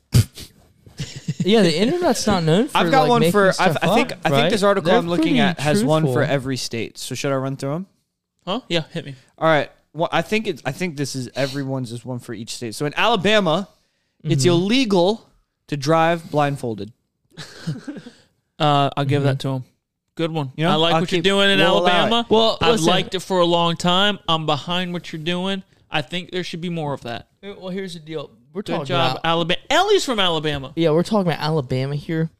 S3: yeah, the internet's not known for
S2: I've got
S3: like,
S2: one
S3: making
S2: for. I,
S3: stuff
S2: I think.
S3: up,
S2: I
S3: right?
S2: think this article
S3: They're
S2: I'm looking
S3: pretty
S2: at has one for
S3: truthful.
S2: every state. So should I run through them?
S1: Huh? Yeah, hit me.
S2: All right. Well, I think it's. I think this is everyone's is one for each state. So in Alabama,
S3: Mm-hmm.
S2: it's illegal to drive blindfolded.
S1: Uh, I'll give that to him. Good one.
S2: You know,
S1: I like
S2: Mm-hmm. I'll
S1: what
S2: keep-
S1: you're doing in
S2: we'll allow
S1: Alabama.
S2: it.
S3: Well,
S1: I've
S3: listen.
S1: liked it for a long time. I'm behind what you're doing. I think there should be more of that.
S3: Well, here's the deal. We're
S1: Good
S2: Oh,
S3: talking
S1: job,
S3: about
S1: Alabama. Ellie's from Alabama.
S3: yeah, we're talking about Alabama here,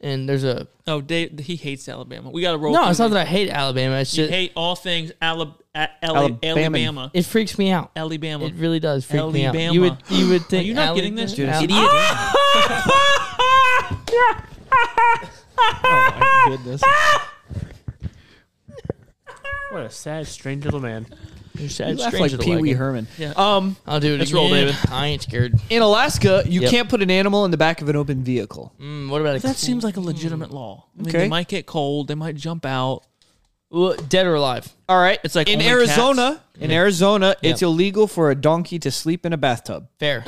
S3: and there's a
S1: Oh, Dave, he hates Alabama. We got to roll.
S3: no. It's
S1: through
S3: not that I hate Alabama. It's
S1: these.
S3: just
S1: You hate all things Alab- a- Ele-
S2: Alabaman.
S1: Alabama.
S3: it freaks me out.
S1: Alabama.
S3: It really does freak me out.
S1: Alabama.
S3: You would you would think
S1: Are you not getting
S3: Alabama-
S1: this, Ah! dude?
S3: Al-
S1: Idiot.
S2: Goodness.
S5: What a sad, strange little man.
S3: You're sad,
S2: You laugh
S3: strange
S2: like
S3: to
S2: Pee Wee
S3: it.
S2: Herman.
S1: Yeah.
S2: Um,
S3: I'll do it
S1: Let's
S3: again.
S1: roll, David.
S3: I ain't scared.
S2: in Alaska, you
S3: Yep.
S2: can't put an animal in the back of an open vehicle.
S3: Mm, what about a
S1: That seems like a legitimate law. I mean,
S2: Okay.
S1: they might get cold. They might jump out.
S3: Well, dead or alive?
S2: All right,
S1: It's like
S2: in
S1: only
S2: Arizona. In Arizona, it's
S3: Yep.
S2: illegal for a donkey to sleep in a bathtub.
S3: Fair.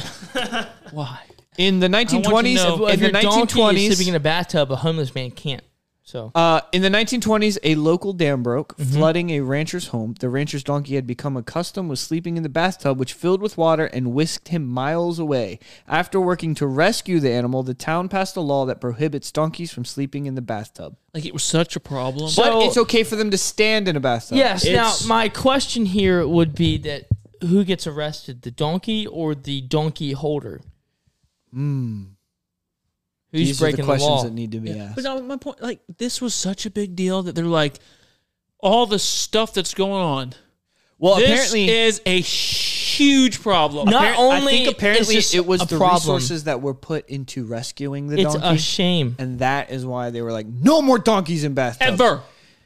S1: Why?
S2: In the
S1: to
S2: 1920s,
S1: know-
S3: Well,
S2: in
S3: if
S2: the
S3: your donkey is sleeping in
S2: 1920s,
S3: a bathtub, a homeless man can't. So
S2: uh, in the 1920s, a local dam broke,
S3: Mm-hmm.
S2: flooding a rancher's home. The rancher's donkey had become accustomed with sleeping in the bathtub, which filled with water and whisked him miles away. After working to rescue the animal, the town passed a law that prohibits donkeys from sleeping in the bathtub.
S1: Like it was such a problem.
S3: So-
S2: but it's okay for them to stand in a bathtub.
S3: yes. Now
S1: It's-
S3: my question here would be that who gets arrested, the donkey or the donkey holder? Hmm. Who's
S2: These are
S3: breaking
S2: the
S3: the,
S2: questions
S3: law?
S2: that need to be asked.
S1: But no, my point, like this was such a big deal that they're like, all the stuff that's going on.
S2: Well,
S1: this
S2: apparently,
S1: is a huge problem.
S3: Not
S1: Apparent-
S3: only
S2: I think apparently
S3: is this
S2: it was
S3: a
S2: the
S3: problem.
S2: resources that were put into rescuing the
S3: It's
S2: donkey,
S3: a shame.
S2: and that is why they were like, "No more donkeys in bathtubs."
S1: ever.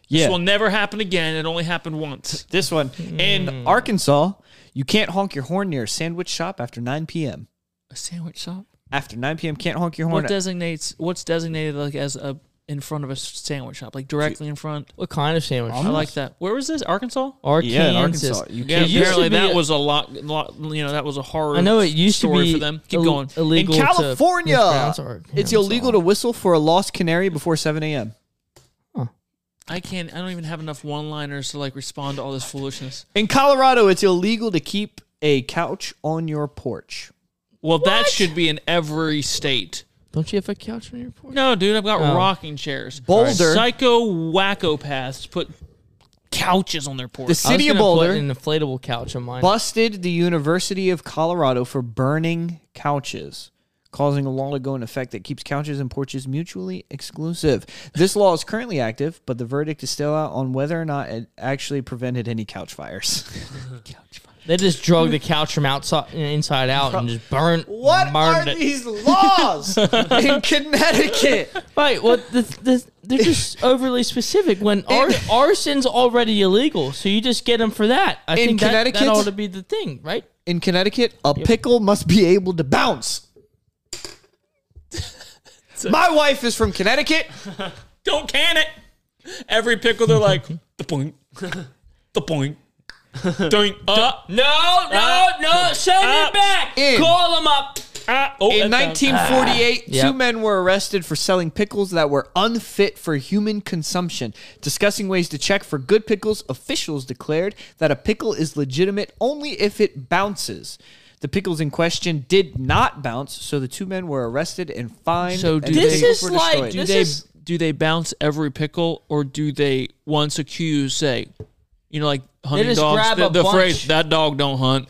S2: Yeah.
S1: This will never happen again. It only happened once.
S2: This one
S3: Hmm.
S2: in Arkansas, you can't honk your horn near a sandwich shop after 9 p.m.
S1: A sandwich shop.
S2: After 9 p.m., can't honk your horn.
S1: What designates? What's designated like as a in front of a sandwich shop, like directly in front?
S3: What kind of sandwich?
S1: I like that. Where was this? Arkansas.
S3: Arkansas.
S2: yeah, in Arkansas, you
S1: Yeah,
S3: It used to
S1: apparently
S3: be
S1: that
S3: a-
S1: was a lot, lot. You know, that was a horror.
S3: I know it used
S1: story
S3: to be
S1: for them. Keep
S3: Ill-
S1: going.
S2: In
S3: Illegal to- Miss
S2: California,
S3: Brown's or-
S2: it's
S3: yeah,
S2: illegal to whistle for a lost canary before 7 a.m.
S1: I can't. I don't even have enough one-liners to like respond to all this foolishness.
S2: In Colorado, it's illegal to keep a couch on your porch.
S1: Well, that should be in every state.
S3: Don't you have a couch on your porch?
S1: No, dude, I've got
S3: Oh.
S1: rocking chairs.
S2: Boulder.
S1: psycho wacko paths put couches on their porch.
S2: The
S3: I was
S2: city of
S3: gonna put
S2: Boulder.
S3: an inflatable couch on mine.
S2: busted the University of Colorado for burning couches, causing a law to go in effect that keeps couches and porches mutually exclusive. This law is currently active, but the verdict is still out on whether or not it actually prevented any couch fires.
S3: They just drug the couch from outside inside out and just burned.
S2: What
S3: burned
S2: are
S3: it.
S2: these laws in Connecticut?
S3: Right. Well, the, the, they're just overly specific. When ar- arson's already illegal, so you just get them for that. I
S2: In
S3: think that- that,
S2: Connecticut?
S3: ought to be the thing, right?
S2: In Connecticut, a pickle must be able to bounce. My wife is from Connecticut.
S1: don't can it. Every pickle, they're like the point, the point. Doink. Uh,
S3: No, no, no. Send it back.
S2: In.
S3: Call them up.
S1: ah, oh,
S2: In
S1: that sounds-
S2: 1948, two
S3: Yep.
S2: men were arrested for selling pickles that were unfit for human consumption. Discussing ways to check for good pickles, officials declared that a pickle is legitimate only if it bounces. The pickles in question did not bounce, so the two men were arrested and fined.
S1: So
S2: and
S1: do
S2: the
S1: This
S2: pickles
S3: is
S2: were
S3: like-
S2: destroyed.
S1: do
S3: This
S1: they
S3: is-
S1: do they bounce every pickle or do they once accused say you know like hunting
S3: just
S1: dogs
S3: grab
S1: the,
S3: a
S1: the
S3: bunch.
S1: phrase that dog don't hunt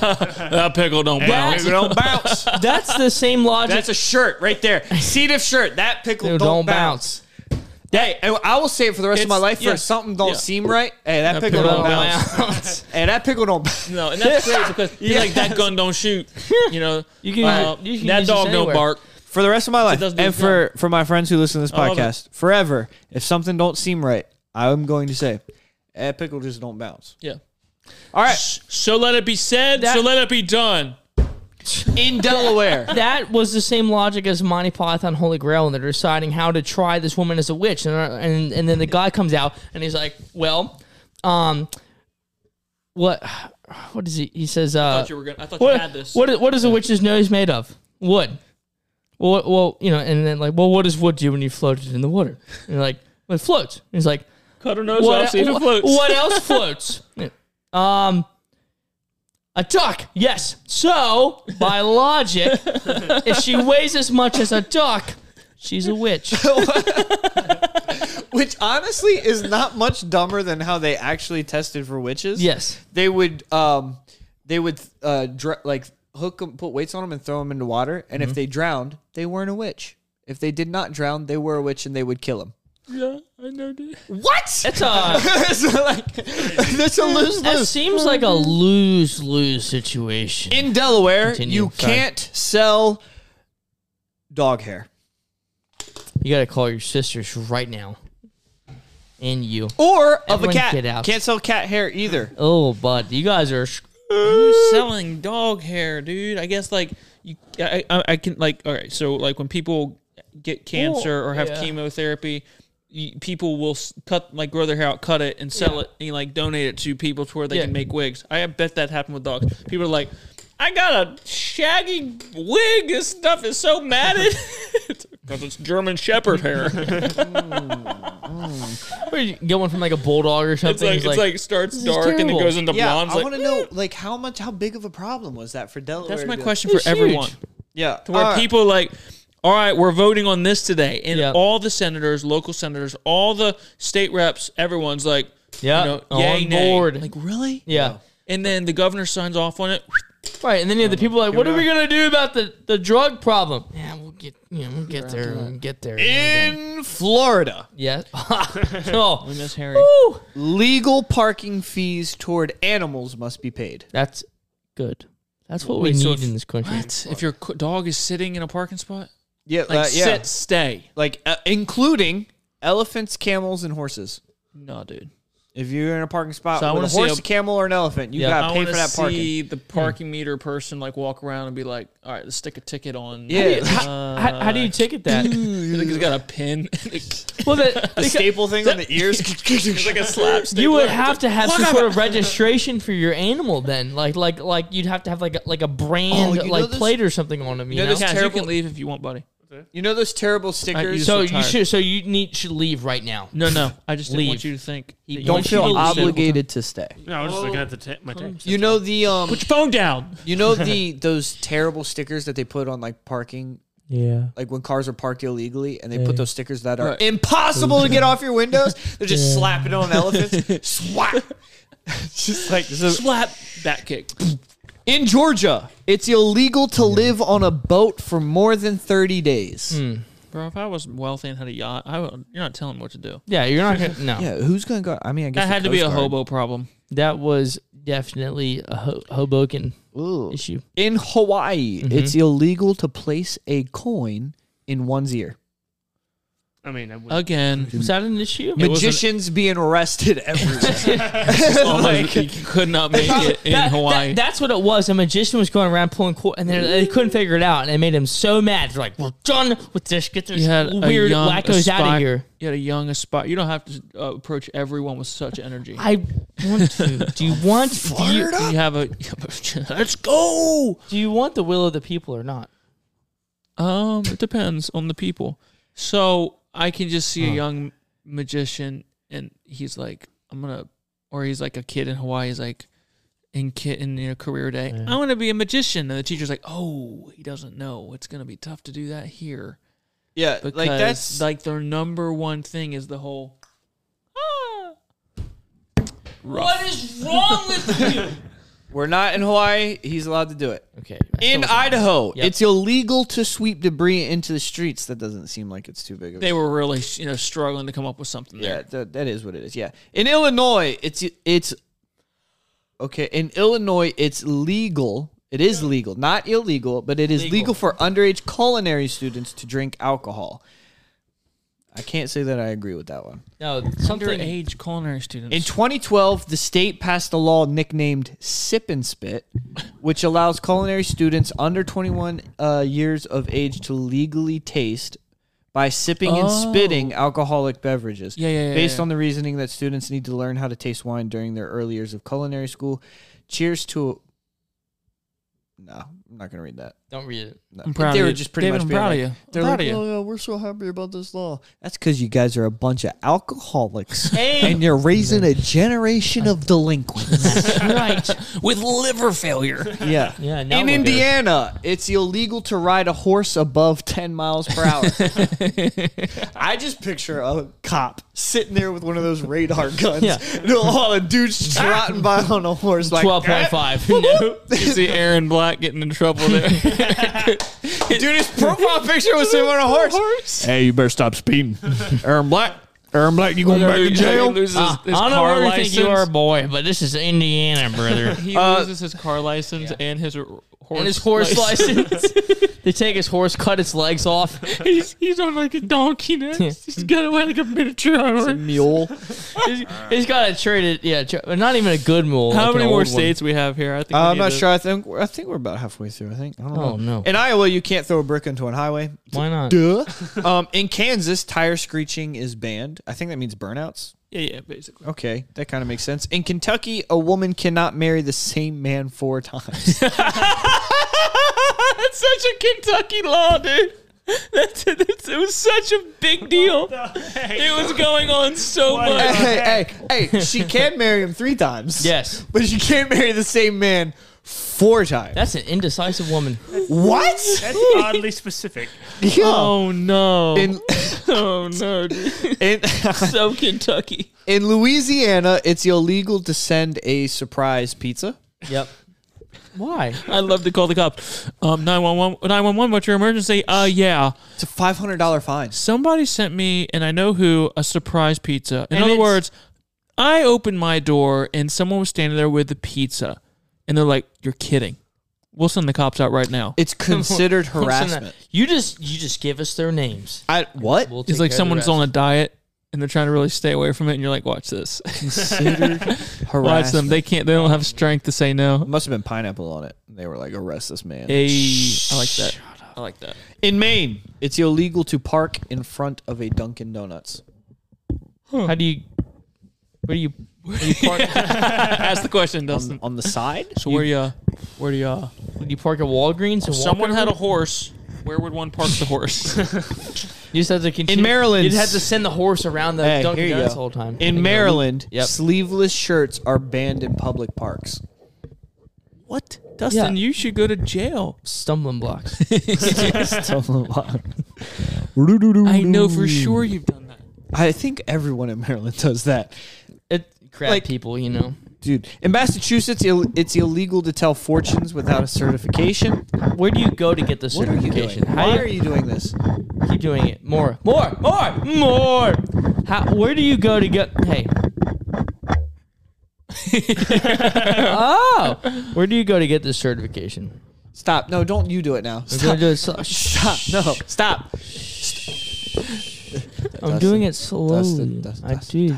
S1: that pickle don't bounce
S2: Pickle don't bounce.
S3: That's the same logic.
S2: That's a shirt right there. Seat of shirt. That pickle
S3: Dude,
S2: don't, bounce. Hey, and I will say it for the rest of my
S1: It's-
S2: life. For
S1: yeah.
S2: something don't
S1: Yeah.
S2: seem right, hey, that, pickle,
S1: pickle
S2: don't
S1: don't
S2: bounce. hey, that pickle don't. bounce.
S1: No, and that's great because you're like that gun don't shoot. You know,
S3: You can
S1: uh,
S3: use it- you can
S1: that
S3: use this
S1: dog don't
S3: anywhere.
S1: bark.
S2: for the rest of my life,
S1: doesn't do
S2: and
S1: its
S2: for for my friends who listen to this
S1: I love it.
S2: podcast forever, if something don't seem right, I'm going to say, eh, pickle just don't bounce.
S1: Yeah.
S2: All right,
S1: So let it be said. so
S3: That-
S1: let it be done.
S2: in Delaware.
S3: that was the same logic as Monty Python Holy Grail, and they're deciding how to try this woman as a witch, and uh, and and then the guy comes out and he's like, "Well, um, what, what is he? He says,
S1: I
S3: uh,
S1: thought you were gonna. I thought you had
S3: what,
S1: this.
S3: what, what is a witch's nose made of? Wood. Well, what- well, you know, and then like, well, what does wood do when you float it in the water? And you're like, well, it floats. And he's like,
S1: Cut her nose
S3: what,
S1: off. See if it
S3: what-
S1: floats.
S3: what else floats? Um, a duck. Yes. So by logic, if she weighs as much as a duck, she's a witch.
S2: Which honestly is not much dumber than how they actually tested for witches.
S3: Yes.
S2: they would um, they would uh, dr- like hook 'em- put weights on them, and throw them into water. And if they drowned, they weren't a witch. If they did not drown, they were a witch, and they would kill them.
S1: Yeah, I know. dude.
S2: What?
S3: That's a.
S2: so like, that's a lose
S3: That
S2: lose.
S3: seems like a lose lose situation.
S2: In Delaware,
S3: Continue,
S2: you
S3: sorry.
S2: can't sell dog hair
S3: You gotta call your sisters right now. And you.
S2: or of a
S3: Everyone
S2: cat.
S3: get out.
S2: Can't sell cat hair either.
S3: Oh, bud, you guys are.
S1: Who's selling dog hair, dude? I guess like you. I, I, I can like. All right, so like when people get cancer or have
S3: yeah.
S1: chemotherapy. You, people will s- cut like grow their hair out, cut it, and sell it, and like donate it to people to where they
S3: Yeah.
S1: can make wigs. I bet that happened with dogs. People are like, "I got a shaggy wig. This stuff is so matted because it's German Shepherd hair."
S3: Where you get one from like a bulldog or
S1: It's
S3: something.
S1: like,
S3: It's
S1: it's like starts dark and it
S3: terrible.
S1: goes into
S2: Yeah,
S1: blondes.
S2: I
S1: like, "Eh."
S2: want to know like how much, how big of a problem was that for Delaware?
S1: that's my
S2: to-
S1: question
S3: It's
S1: for everyone.
S3: huge.
S2: Yeah, to
S1: where people like all right we're voting on this today and
S3: Yep.
S1: all the senators local senators all the state reps everyone's like
S3: Yep,
S1: you know
S3: on
S1: yay nay.
S3: board.
S1: like really
S3: yeah.
S1: and then the governor signs off on it
S3: Right, and then you have the people like, what are we gonna do about the, the drug problem? Yeah, we'll get you know, we'll get there, we'll get there.
S2: in Florida,
S3: yeah. oh,
S1: miss harry
S3: woo.
S2: legal parking fees toward animals must be paid.
S3: that's good. That's what we
S1: Wait, so
S3: need
S1: if-
S3: in this country.
S1: if your co- dog is sitting in a parking spot
S2: Yeah,
S1: like
S2: uh, yeah,
S1: sit stay
S2: like uh, including elephants, camels, and horses.
S1: no dude
S2: If you're in a parking spot
S1: So I
S2: with
S1: wanna
S2: a
S1: see
S2: horse,
S1: a-
S2: a camel, or an elephant, you
S3: Yeah.
S2: gotta
S1: I
S2: pay
S1: want
S2: for
S1: to
S2: that parking.
S1: see the parking meter person like walk around and be like, "All right, let's stick a ticket on." Uh,
S2: Yeah.
S3: how, how, how do you ticket that?
S1: you think he's got a pin?
S3: well, that,
S2: the staple thing on the ears.
S1: like a slap.
S3: you would have to have some sort of registration for your animal, then, like like like you'd have to have like a, like a brand
S2: Oh, you know
S3: like
S2: this-
S3: plate or something on them. You
S2: know
S3: know,
S2: this
S1: Cass, you
S2: terrible-
S1: can leave if you want, buddy.
S2: you know those terrible stickers.
S3: so you
S1: tired.
S3: should so you need should leave right now.
S1: No, no. I just didn't want
S3: Leave.
S1: you to think. that you
S2: don't
S1: want you to
S2: feel
S1: leave.
S2: obligated to stay.
S5: No, I was just looking at the ta- my tapes.
S2: You know the um,
S1: Put your phone down.
S2: you know the those terrible stickers that they put on like parking,
S3: Yeah.
S2: like when cars are parked illegally, and they put those stickers that are impossible to get off your windows. They're just slapping on elephants. Swat. It's just like this is-
S1: Slap back kick.
S2: in Georgia, it's illegal to live on a boat for more than thirty days.
S1: Hmm. Bro, if I was wealthy and had a yacht, I would, you're not telling me what to do.
S3: Yeah, you're not gonna no.
S2: Yeah, who's gonna go? I mean, I guess
S1: That
S2: the
S1: had to be a
S2: Coast Guard.
S1: hobo problem.
S3: That was definitely a ho- Hoboken
S2: Ooh.
S3: issue.
S2: In Hawaii,
S1: Mm-hmm.
S2: it's illegal to place a coin in one's ear.
S5: I mean, I would.
S1: Again,
S3: Was that an issue?
S1: was an-
S2: Magicians being arrested everywhere.
S1: like, Oh, you could not make it in
S3: That-
S1: Hawaii.
S3: that- that's what it was. A magician was going around pulling coin, and then they couldn't figure it out, and it made him so mad. They're like, "We're done with this. Get those
S1: you had a
S3: weird
S1: young
S3: wackos out
S1: aspi-
S3: of here."
S1: You had a young aspire. You don't have to uh, approach everyone with such energy.
S3: I want to. Do you want? Do you,
S1: You have a. Let's go.
S3: do you want the will of the people or not?
S1: Um, it depends on the people. So I can just see a young magician, and he's like, "I'm gonna," or he's like a kid in Hawaii. He's like, in kid in you know, career day, I want to be a magician. And the teacher's like, "Oh, he doesn't know. It's gonna be tough to do that here
S2: yeah,
S1: because
S2: like that's
S1: like their number one thing is the whole." "Ah."
S3: What is wrong with you?
S2: We're not in Hawaii. He's allowed to do it.
S3: Okay.
S2: In Idaho,
S3: Yep.
S2: it's illegal to sweep debris into the streets. That doesn't seem like it's too big of a
S1: They were really, you know, struggling to come up with something there.
S2: Yeah, that, that is what it is. Yeah, in Illinois, it's it's okay. In Illinois, it's legal. It is legal, not illegal, but it is legal, for underage culinary students to drink alcohol. I can't say that I agree with that one.
S3: No, something.
S1: Underage culinary students.
S2: In 2012, the state passed a law nicknamed Sip and Spit, which allows culinary students under 21 uh, years of age to legally taste by sipping and spitting alcoholic beverages.
S1: Oh. Yeah, yeah, yeah,
S2: Based
S1: yeah.
S2: on the reasoning that students need to learn how to taste wine during their early years of culinary school. Cheers to. No, I'm not going to read that.
S3: Don't read it.
S2: No.
S1: I'm proud
S2: they
S1: of
S2: were
S1: you.
S2: just pretty
S1: David,
S2: much
S1: I'm
S2: being
S1: proud of
S2: like,
S1: you. I'm
S2: They're
S1: proud
S2: like,
S1: of you.
S2: "Oh, yeah, we're so happy about this law. That's because you guys are a bunch of alcoholics,
S3: Hey.
S2: and you're raising a generation of delinquents.
S3: right.
S1: with liver failure.
S2: yeah.
S3: Yeah. Now
S2: In
S3: we're good.
S2: Indiana, it's illegal to ride a horse above 10 miles per hour. I just picture a cop sitting there with one of those radar guns.
S3: Yeah.
S2: And all the dudes trotting by on a horse. Like,
S3: Twelve point five. No.
S1: you see Aaron Black getting in trouble there.
S2: Dude, his profile picture was him on a horse.
S10: Hey, you better stop speeding. Aaron Black. Aaron Black, you going back to jail?
S1: loses
S3: Uh,
S1: his
S3: I don't
S1: car
S3: really
S1: license.
S3: think you are a boy, but this is Indiana, brother.
S1: He
S2: Uh,
S1: loses his car license and his r- horse.
S3: and his horse
S1: license.
S3: license. they take his horse, cut its legs off.
S1: he's, he's on like a donkey next. He's got like a miniature. horse.
S2: Mule.
S3: He's- he's got a traded, yeah, tra- not even a good mule.
S1: How
S3: like an
S1: many more
S3: old one.
S1: states we have here? I think we
S2: Uh, I'm
S1: need
S2: not
S1: to-
S2: sure. I think I think we're about halfway through. I think. I don't
S3: Oh,
S2: know.
S3: no.
S2: In Iowa, you can't throw a brick into a highway.
S3: Why not?
S2: Duh. um, in Kansas, tire screeching is banned. I think that means burnouts.
S1: Yeah, yeah, basically.
S2: Okay, that kind of makes sense. In Kentucky, a woman cannot marry the same man four times.
S1: That's such a Kentucky law, dude. That's, that's, it was such a big deal. It was going on so much.
S2: hey, hey, hey! She can marry him three times.
S3: Yes.
S2: but she can't marry the same man four times.
S3: That's an indecisive woman.
S2: what?
S5: That's oddly specific.
S2: Yeah.
S1: Oh no!
S2: in
S1: oh no! dude.
S2: in
S1: So Kentucky.
S2: in Louisiana, it's illegal to send a surprise pizza.
S3: Yep. Why?
S1: I'd love to call the cops. Um, 911, 911, what's your emergency? Uh, yeah.
S2: It's a five hundred dollar fine.
S1: Somebody sent me, and I know who, a surprise pizza. In
S3: And
S1: other
S3: it's-
S1: words, I opened my door and someone was standing there with a pizza. And they're like, you're kidding. We'll send the cops out right now.
S2: It's considered
S3: Listen to that.
S2: harassment.
S3: You just you just give us their names.
S2: I what?
S3: We'll take
S1: It's like
S3: care of the
S1: someone's
S3: rest.
S1: on a diet and they're trying to really stay away from it. And you're like, watch this.
S2: Considered
S1: watch them.
S2: harassment.
S1: They can't, they don't have strength to say no.
S2: must have been pineapple on it. They were like, arrest this man.
S1: Hey, I like that. I like that.
S2: In Maine, it's illegal to park in front of a Dunkin' Donuts.
S3: How do you? Where do you? Where do you park?
S1: Ask the question, Dustin.
S2: On the side?
S1: So where do you, where do you,
S3: do you park at Walgreens? And
S1: someone
S3: walk
S1: had a
S3: over?
S1: horse. Where would one park the horse?
S3: You just have to continue.
S2: Maryland-
S3: you'd have to send the horse around the
S2: Hey, here
S3: Dunkin'
S2: you
S3: Donuts
S2: go.
S3: the whole time.
S2: In Maryland,
S3: Yep.
S2: sleeveless shirts are banned in public parks.
S1: what? Dustin,
S3: Yeah.
S1: you should go to jail.
S3: stumbling blocks.
S2: uh,
S1: I know for sure you've done that.
S2: I think everyone in Maryland does that.
S3: it crap
S2: Like-
S3: people, you know.
S2: Dude, in Massachusetts, ill- it's illegal to tell fortunes without a certification.
S3: Where do you go to get the
S2: What are you doing?
S3: certification? How
S2: Why
S3: do
S2: are
S3: you
S2: you doing this?
S3: keep doing it? More, more, more, more. How, where do you go to get? Hey. oh, where do you go to get this certification?
S2: Stop. No, don't you do it now.
S3: I'm gonna
S2: Stop.
S3: do it so-
S2: Stop. No. Stop.
S3: I'm doing it
S2: Dustin,
S3: slowly.
S2: Dustin,
S3: I
S2: Dustin,
S3: do.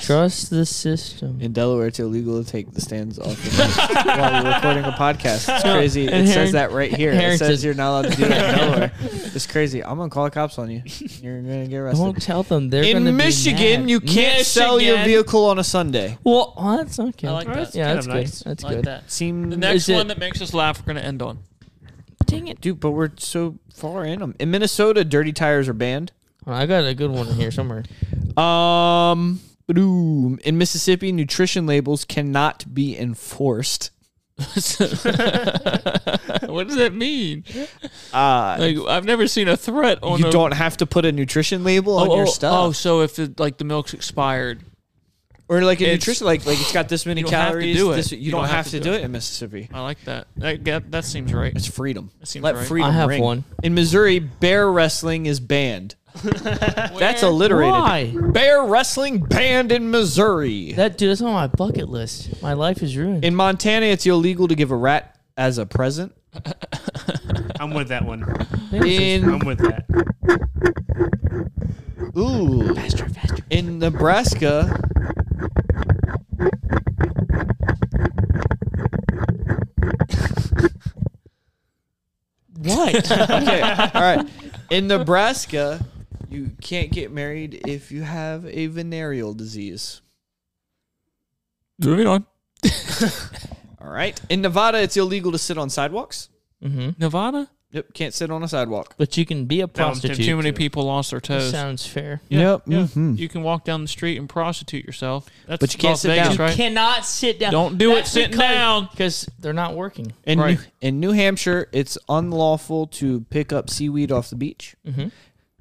S3: Trust the system.
S2: In Delaware, it's illegal to take the stands off the mic while you're recording a podcast. It's crazy. It
S3: and
S2: says
S3: Harrington-
S2: that right here. It
S3: Harrington-
S2: says you're not allowed to do that in Delaware. It's crazy. I'm gonna call the cops on you. You're gonna get
S3: Don't
S2: arrested.
S3: tell them they're gonna
S2: in Michigan,
S3: Be mad.
S2: you can't sell your
S1: Michigan.
S2: vehicle on a Sunday.
S3: Well, oh, that's okay.
S1: I like that.
S3: Yeah, that's
S5: That's kinda
S3: good.
S5: nice.
S3: That's
S1: I like
S3: good.
S1: that.
S2: Seem
S1: The next
S3: it-
S1: one that makes us laugh, we're gonna end on.
S3: Dang it!
S2: dude, but we're so far in them. In Minnesota, dirty tires are banned.
S3: Hold on, I got a good one in here somewhere.
S2: Um, boom. in Mississippi, nutrition labels cannot be enforced.
S1: what does that mean?
S2: Uh,
S1: Like I've never seen a threat on
S2: you
S1: a,
S2: don't have to put a nutrition label on
S1: oh,
S2: your
S1: oh,
S2: stuff.
S1: Oh, so if it, like the milk's expired,
S2: Or like a
S1: It's-
S2: nutrition, like like it's got this many
S1: You don't have to
S2: calories.
S1: do it.
S2: this- you, don't, have, to do it in Mississippi.
S1: I like that. That, that, that seems right.
S2: It's freedom.
S1: seems
S2: Let
S1: right.
S2: freedom
S3: I have
S2: ring.
S3: one.
S2: in Missouri. Bear wrestling is banned. That's alliterated.
S3: Why?
S2: Bear wrestling banned in Missouri.
S3: That dude, that's on my bucket list. My life is ruined.
S2: In Montana, it's illegal to give a rat as a present.
S5: I'm with that one. I'm
S2: In
S5: with that.
S2: ooh, in Nebraska,
S3: what?
S2: okay, all right. In Nebraska, you can't get married if you have a venereal disease.
S1: Moving on.
S2: All right. In Nevada, it's illegal to sit on sidewalks.
S1: Nevada?
S2: Yep, can't sit on a sidewalk.
S3: but you can be a
S5: That one's
S3: prostitute.
S1: Too many people lost their toes.
S3: Sounds fair.
S2: Yep.
S1: Yeah. You can walk down the street and prostitute yourself. That's
S2: Mm-hmm. But you can't
S1: Las
S2: sit
S1: Vegas,
S2: down.
S1: right?
S3: Cannot sit down.
S1: Don't do it sitting down.
S3: because they're not working.
S2: In,
S1: Right.
S2: New, in New Hampshire, it's unlawful to pick up seaweed off the beach.
S1: Mm-hmm.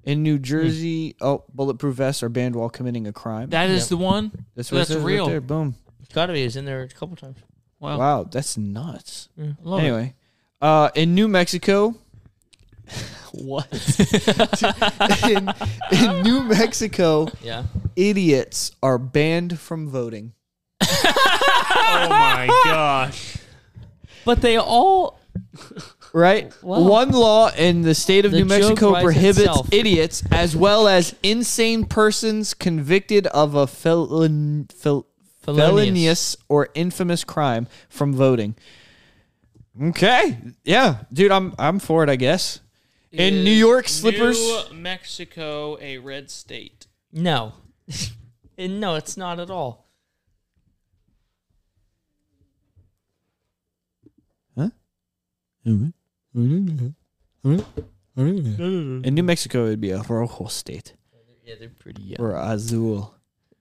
S2: In New Jersey, oh, bulletproof vests are banned while committing a crime.
S1: That is the one.
S2: that's
S1: that's
S2: it says right
S1: real.
S2: there. Boom.
S3: Gotta be. It was in there a couple times.
S1: Oh.
S2: Wow, that's nuts.
S1: Love it.
S2: Anyway, uh, in New Mexico, what? in, in New Mexico,
S3: Yeah.
S2: idiots are banned from voting.
S5: Oh my gosh.
S3: But they all.
S2: Right?
S3: Wow.
S2: One law in the state of
S3: The
S2: New
S3: joke
S2: Mexico
S3: writes
S2: prohibits
S3: itself.
S2: idiots as well as insane persons convicted of a felon, fel,
S3: Felonious.
S2: felonious or infamous crime from voting. Okay. Yeah, dude, I'm I'm for it, I guess. In New York, slippers.
S1: New Mexico, a red state.
S3: No. And no, it's not at all.
S2: In New Mexico, it'd be a rojo state
S3: Yeah, they're pretty. Uh,
S2: or azul.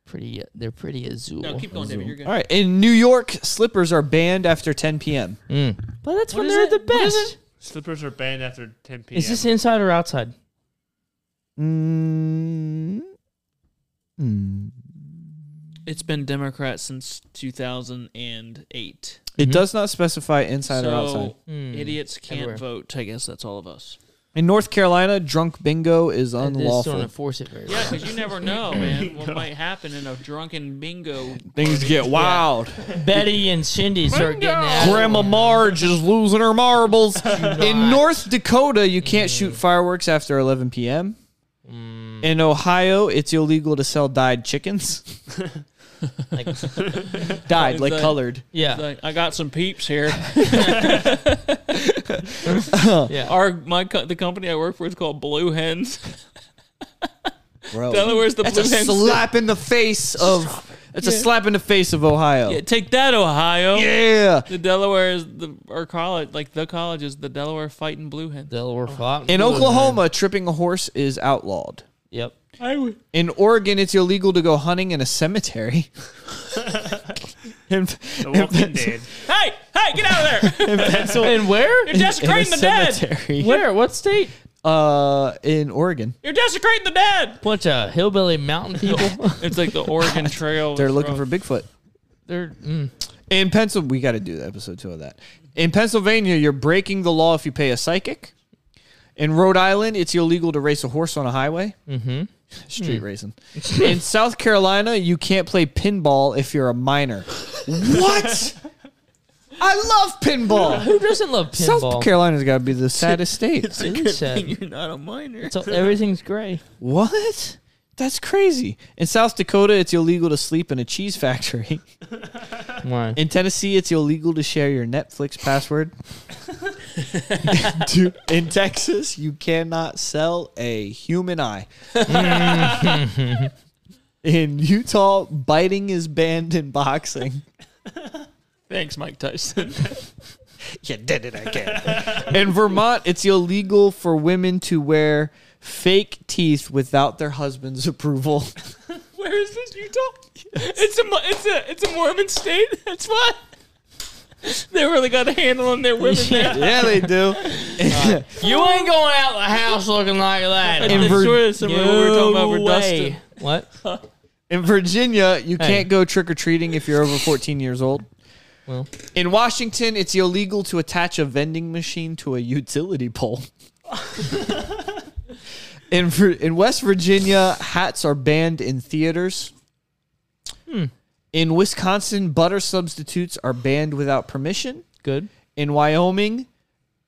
S3: pretty. Uh, they're pretty azul.
S1: No, keep going, David. You're good.
S2: All right. In New York, slippers are banned after 10 p.m.
S3: Hmm. But that's when they're the best.
S5: Slippers are banned after 10 p.m.
S3: Is this inside or outside?
S2: Mm,
S1: It's been Democrat since 2008.
S2: It does not specify inside
S1: so Hmm.
S2: or outside.
S1: idiots can't
S3: Everywhere.
S1: vote. I guess that's all of us.
S2: In North Carolina, drunk bingo is
S3: They
S2: unlawful.
S3: don't enforce it very
S1: Yeah,
S3: well.
S1: because you never know, man. What might happen in a drunken bingo?
S2: Things get wild.
S3: Betty and Cindy start getting out.
S2: Grandma Marge is losing her marbles. In North Dakota, you can't shoot
S1: Mm.
S2: fireworks after 11 p.m. In Ohio, it's illegal to sell dyed chickens.
S3: Like,
S2: dyed, like
S1: Like-
S2: colored.
S3: yeah,
S1: Like, I got some peeps here.
S3: yeah.
S1: Our my co- the company I work for is called Blue Hens.
S2: Bro.
S1: Delaware's the
S2: That's
S1: Blue
S2: a
S1: Hens.
S2: slap in the face of. That's a slap in the face of Ohio.
S1: Yeah, take that, Ohio.
S2: Yeah.
S1: The Delaware is the our college, like the college is the Delaware fighting Blue Hens.
S3: Delaware Fox.
S2: In Oklahoma, tripping a horse is outlawed.
S3: Yep.
S2: In Oregon, it's illegal to go hunting in a cemetery. in,
S5: The
S2: in
S5: Walking
S2: Pen-
S5: Dead.
S1: Hey, hey, get out of there!
S2: in Pencil-
S3: And where?
S1: You're desecrating the dead.
S3: Where? What state?
S2: Uh, in Oregon,
S1: You're desecrating the dead.
S3: Bunch of hillbilly mountain people.
S1: It's like the Oregon Trail.
S2: they're looking for Bigfoot.
S3: They're mm,
S2: In Pencil, we got to do episode two of that. In Pennsylvania, you're breaking the law if you pay a psychic. In Rhode Island, it's illegal to race a horse on a highway. Mm-hmm. Street racing. in South Carolina, you can't play pinball if you're a minor. what? I love pinball.
S3: who doesn't love pinball?
S2: South Carolina's got to be the saddest state.
S3: It is sad.
S1: You're not a minor.
S3: So everything's gray.
S2: What? That's crazy. In South Dakota, it's illegal to sleep in a cheese factory.
S3: Why?
S2: In Tennessee, it's illegal to share your Netflix password. Dude, in Texas, you cannot sell a human eye. in Utah, biting is banned in boxing.
S1: Thanks, Mike Tyson.
S2: You did it again. in Vermont, it's illegal for women to wear fake teeth without their husband's approval.
S1: Where is this Utah? It's a Mo- it's a it's a Mormon state. That's what. They really got a handle on their women. there.
S2: yeah, they do.
S3: You ain't going out the house looking like that.
S2: In Vir-
S1: I swear to someone we were talking about. We're
S3: way.
S1: dusted.
S3: What?
S2: In Virginia, you
S3: Hey.
S2: can't go trick or treating if you're over 14 years old.
S3: Well.
S2: in Washington, it's illegal to attach a vending machine to a utility pole. in Vir- in West Virginia, hats are banned in theaters.
S3: Hmm.
S2: In Wisconsin, butter substitutes are banned without permission.
S3: Good.
S2: In Wyoming,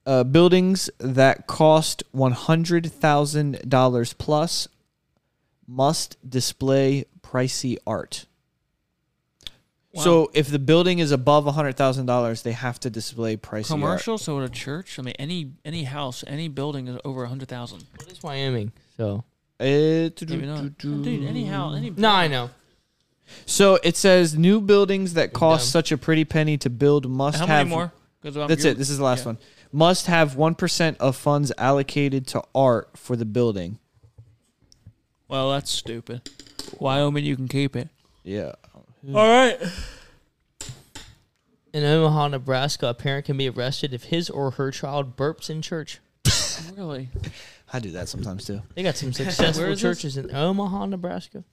S2: uh, buildings that cost one hundred thousand dollars plus must display pricey art. So if the building is above hundred thousand dollars, they have to display pricey
S1: Commercial, so at a church, I mean, any any house, any building is over a hundred thousand.
S3: It's Wyoming, so
S2: art. Eh, do-
S1: Maybe not,
S2: do-
S1: dude. Any house, any.
S3: no, I know.
S2: So it says new buildings that cost
S3: dumb.
S2: such a pretty penny to build must
S1: How
S2: have
S1: many more? 'Cause I'm-
S2: That's
S1: you're-
S2: it. This is the last
S1: yeah.
S2: one. Must have 1% of funds allocated to art for the building.
S1: Well, that's stupid. Wyoming, you can keep it.
S2: Yeah.
S1: All right.
S3: In Omaha, Nebraska, a parent can be arrested if his or her child burps in church.
S1: Really?
S2: I do that sometimes too.
S3: They got some
S1: Where
S3: successful
S1: is this?
S3: churches in Omaha, Nebraska.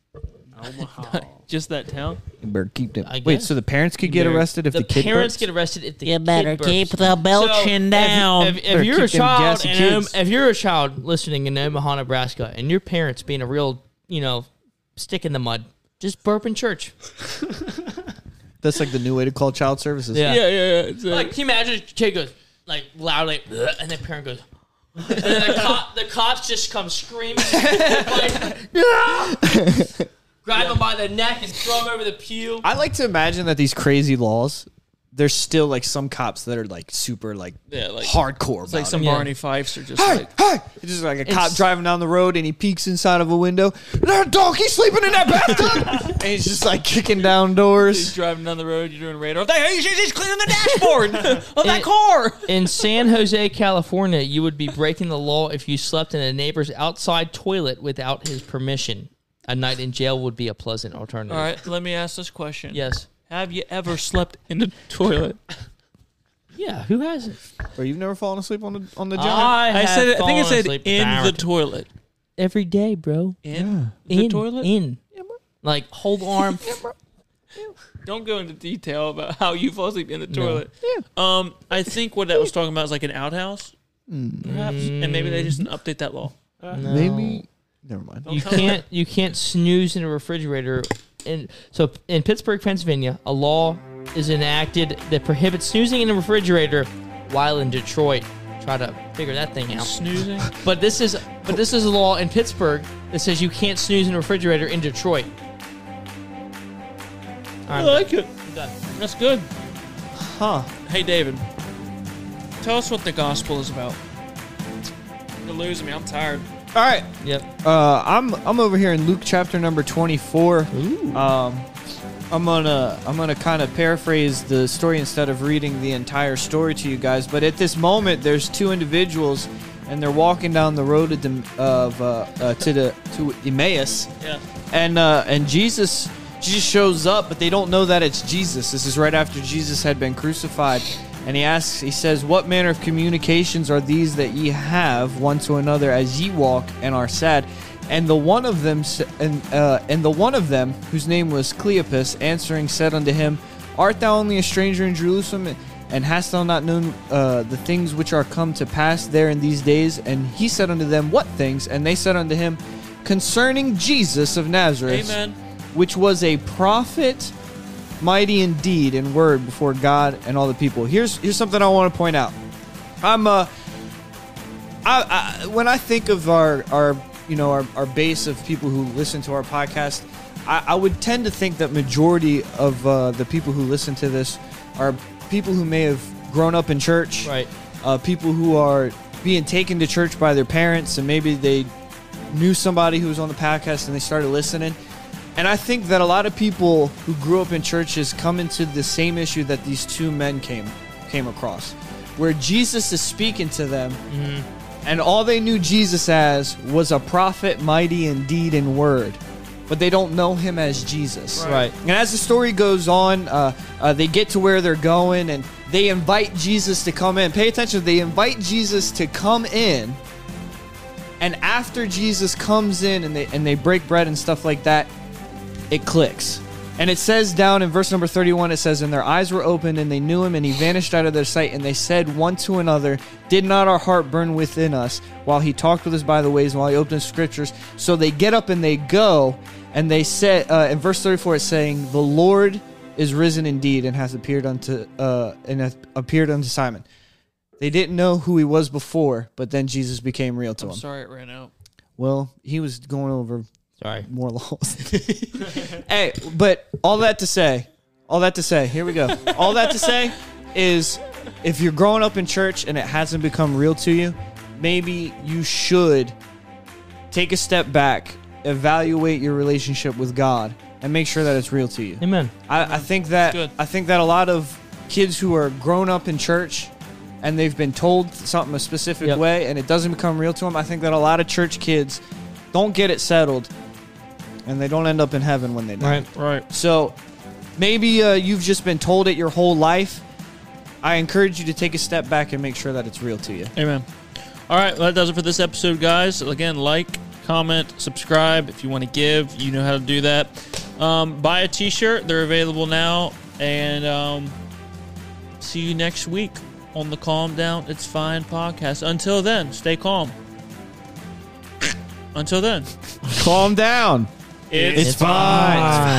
S5: Omaha.
S1: Just that town?
S2: You better keep them.
S3: I
S2: Wait,
S3: guess.
S2: so the parents could get
S1: better-
S2: arrested if the, kid
S3: parents
S2: burps?
S3: get arrested if the
S9: You
S3: kid
S9: better
S3: burps.
S9: keep the belching
S3: if-
S9: down.
S3: If, if
S2: Better
S3: you're a
S2: keep them
S3: child,
S2: gassy
S3: in Om-
S2: kids.
S3: if you're a child listening in Omaha, Nebraska, and your parents being a real, you know, stick in the mud, just burp in church.
S2: That's like the new way to call child services.
S3: Yeah.
S1: Yeah, yeah, yeah. It's, uh,
S3: Like, can you imagine? if Kid goes like loudly, "Bleh," and the parent goes. and then the, cop, the cops just come screaming, like, grab him by the neck and throw him over the pew.
S2: I like to imagine that these crazy laws, there's still like some cops that are like super like,
S1: Yeah, like-
S2: hardcore.
S1: it's like some
S3: Yeah.
S1: Barney Fifes are just like.
S2: Hey! It's just like a cop
S3: It's-
S2: driving down the road and he peeks inside of a window. That dog, he's sleeping in that bathtub. and he's just like kicking down doors.
S1: Driving down the road, you're doing radar. Hey, she's just cleaning the dashboard of that
S3: It-
S1: car.
S3: In San Jose, California, you would be breaking the law if you slept in a neighbor's outside toilet without his permission. A night in jail would be a pleasant alternative.
S1: All right, let me ask this question.
S3: Yes.
S1: Have you ever slept in the toilet?
S3: Yeah, who hasn't?
S2: Or you've never fallen asleep on the on the job?
S3: I,
S1: I
S3: have
S1: said. it- I think I
S3: fallen
S1: said
S3: asleep
S1: in the
S3: without-
S1: toilet.
S3: every day, bro.
S1: In
S3: in,
S1: the toilet.
S3: In. Like hold arm.
S1: Don't go into detail about how you fall asleep in the toilet. Um, I think what that was talking about is like an outhouse, perhaps, and maybe they just didn't update that law.
S2: Maybe. Never mind.
S3: you can't you can't snooze in a refrigerator. And so in Pittsburgh, Pennsylvania, a law is enacted that prohibits snoozing in a refrigerator while in Detroit. Try to figure that thing out.
S1: Snoozing.
S3: But this is but this is a law in Pittsburgh that says you can't snooze in a refrigerator in Detroit. All
S1: I
S3: right,
S1: like it. That's good.
S2: Huh.
S1: Hey, David, tell us what the gospel is about. You're losing me. I'm tired.
S2: All right.
S3: yep.
S2: Uh, I'm I'm over here in Luke chapter number 24. Um, I'm gonna I'm gonna kind of paraphrase the story instead of reading the entire story to you guys. But at this moment, there's two individuals, and they're walking down the road of, Dem- of uh, uh, to the to Emmaus,
S1: Yeah.
S2: and uh, and Jesus Jesus shows up, but they don't know that it's Jesus. This is right after Jesus had been crucified, and he asks, he says, "What manner of communications are these that ye have one to another as ye walk and are sad?" And the one of them, s- and uh, and the one of them whose name was Cleopas, answering, said unto him, "Art thou only a stranger in Jerusalem?" And hast thou not known uh, the things which are come to pass there in these days? And he said unto them, What things? And they said unto him, Concerning Jesus of Nazareth,
S1: Amen.
S2: which was a prophet, mighty in deed and word before God and all the people. Here's here's something I want to point out. I'm uh, I, I when I think of our our you know our, our base of people who listen to our podcast, I, I would tend to think that majority of uh, the people who listen to this are people who may have grown up in church,
S3: Right.
S2: Uh, people who are being taken to church by their parents, and maybe they knew somebody who was on the podcast and they started listening. And I think that a lot of people who grew up in churches come into the same issue that these two men came came across, where Jesus is speaking to them,
S3: Mm-hmm.
S2: and all they knew Jesus as was a prophet, mighty in deed and word, but they don't know him as Jesus.
S3: Right.
S2: And as the story goes on, uh, uh, they get to where they're going, and they invite Jesus to come in. Pay attention; they invite Jesus to come in and after Jesus comes in and they and they break bread and stuff like that, it clicks. And it says down in verse number 31, it says, And their eyes were opened, and they knew him, and he vanished out of their sight. And they said one to another, Did not our heart burn within us while he talked with us by the ways, and while he opened the scriptures? So they get up and they go. And they said, uh, in verse 34, it's saying, The Lord is risen indeed, and hath appeared unto, uh, and hath appeared unto Simon. They didn't know who he was before, but then Jesus became real to them.
S1: Sorry, it ran out.
S2: Well, he was going over
S3: Sorry.
S2: more laws. hey, but all that to say, all that to say, here we go. All that to say is if you're growing up in church and it hasn't become real to you, maybe you should take a step back, evaluate your relationship with God, and make sure that it's real to you.
S3: Amen.
S2: I, I think that
S1: Good.
S2: I think that a lot of kids who are grown up in church and they've been told something a specific
S3: Yep.
S2: way and it doesn't become real to them. I think that a lot of church kids don't get it settled and they don't end up in heaven when they
S3: All
S2: die.
S3: right.
S1: Right.
S2: So maybe uh, you've just been told it your whole life. I encourage you to take a step back and make sure that it's real to you.
S1: Amen. All right, well, that does it for this episode, guys. Again, like, comment, subscribe if you want to give. You know how to do that. Um, buy a T-shirt; they're available now. And um, see you next week on the Calm Down It's Fine podcast. Until then, stay calm. Until then,
S2: Calm down.
S1: it's
S2: fine.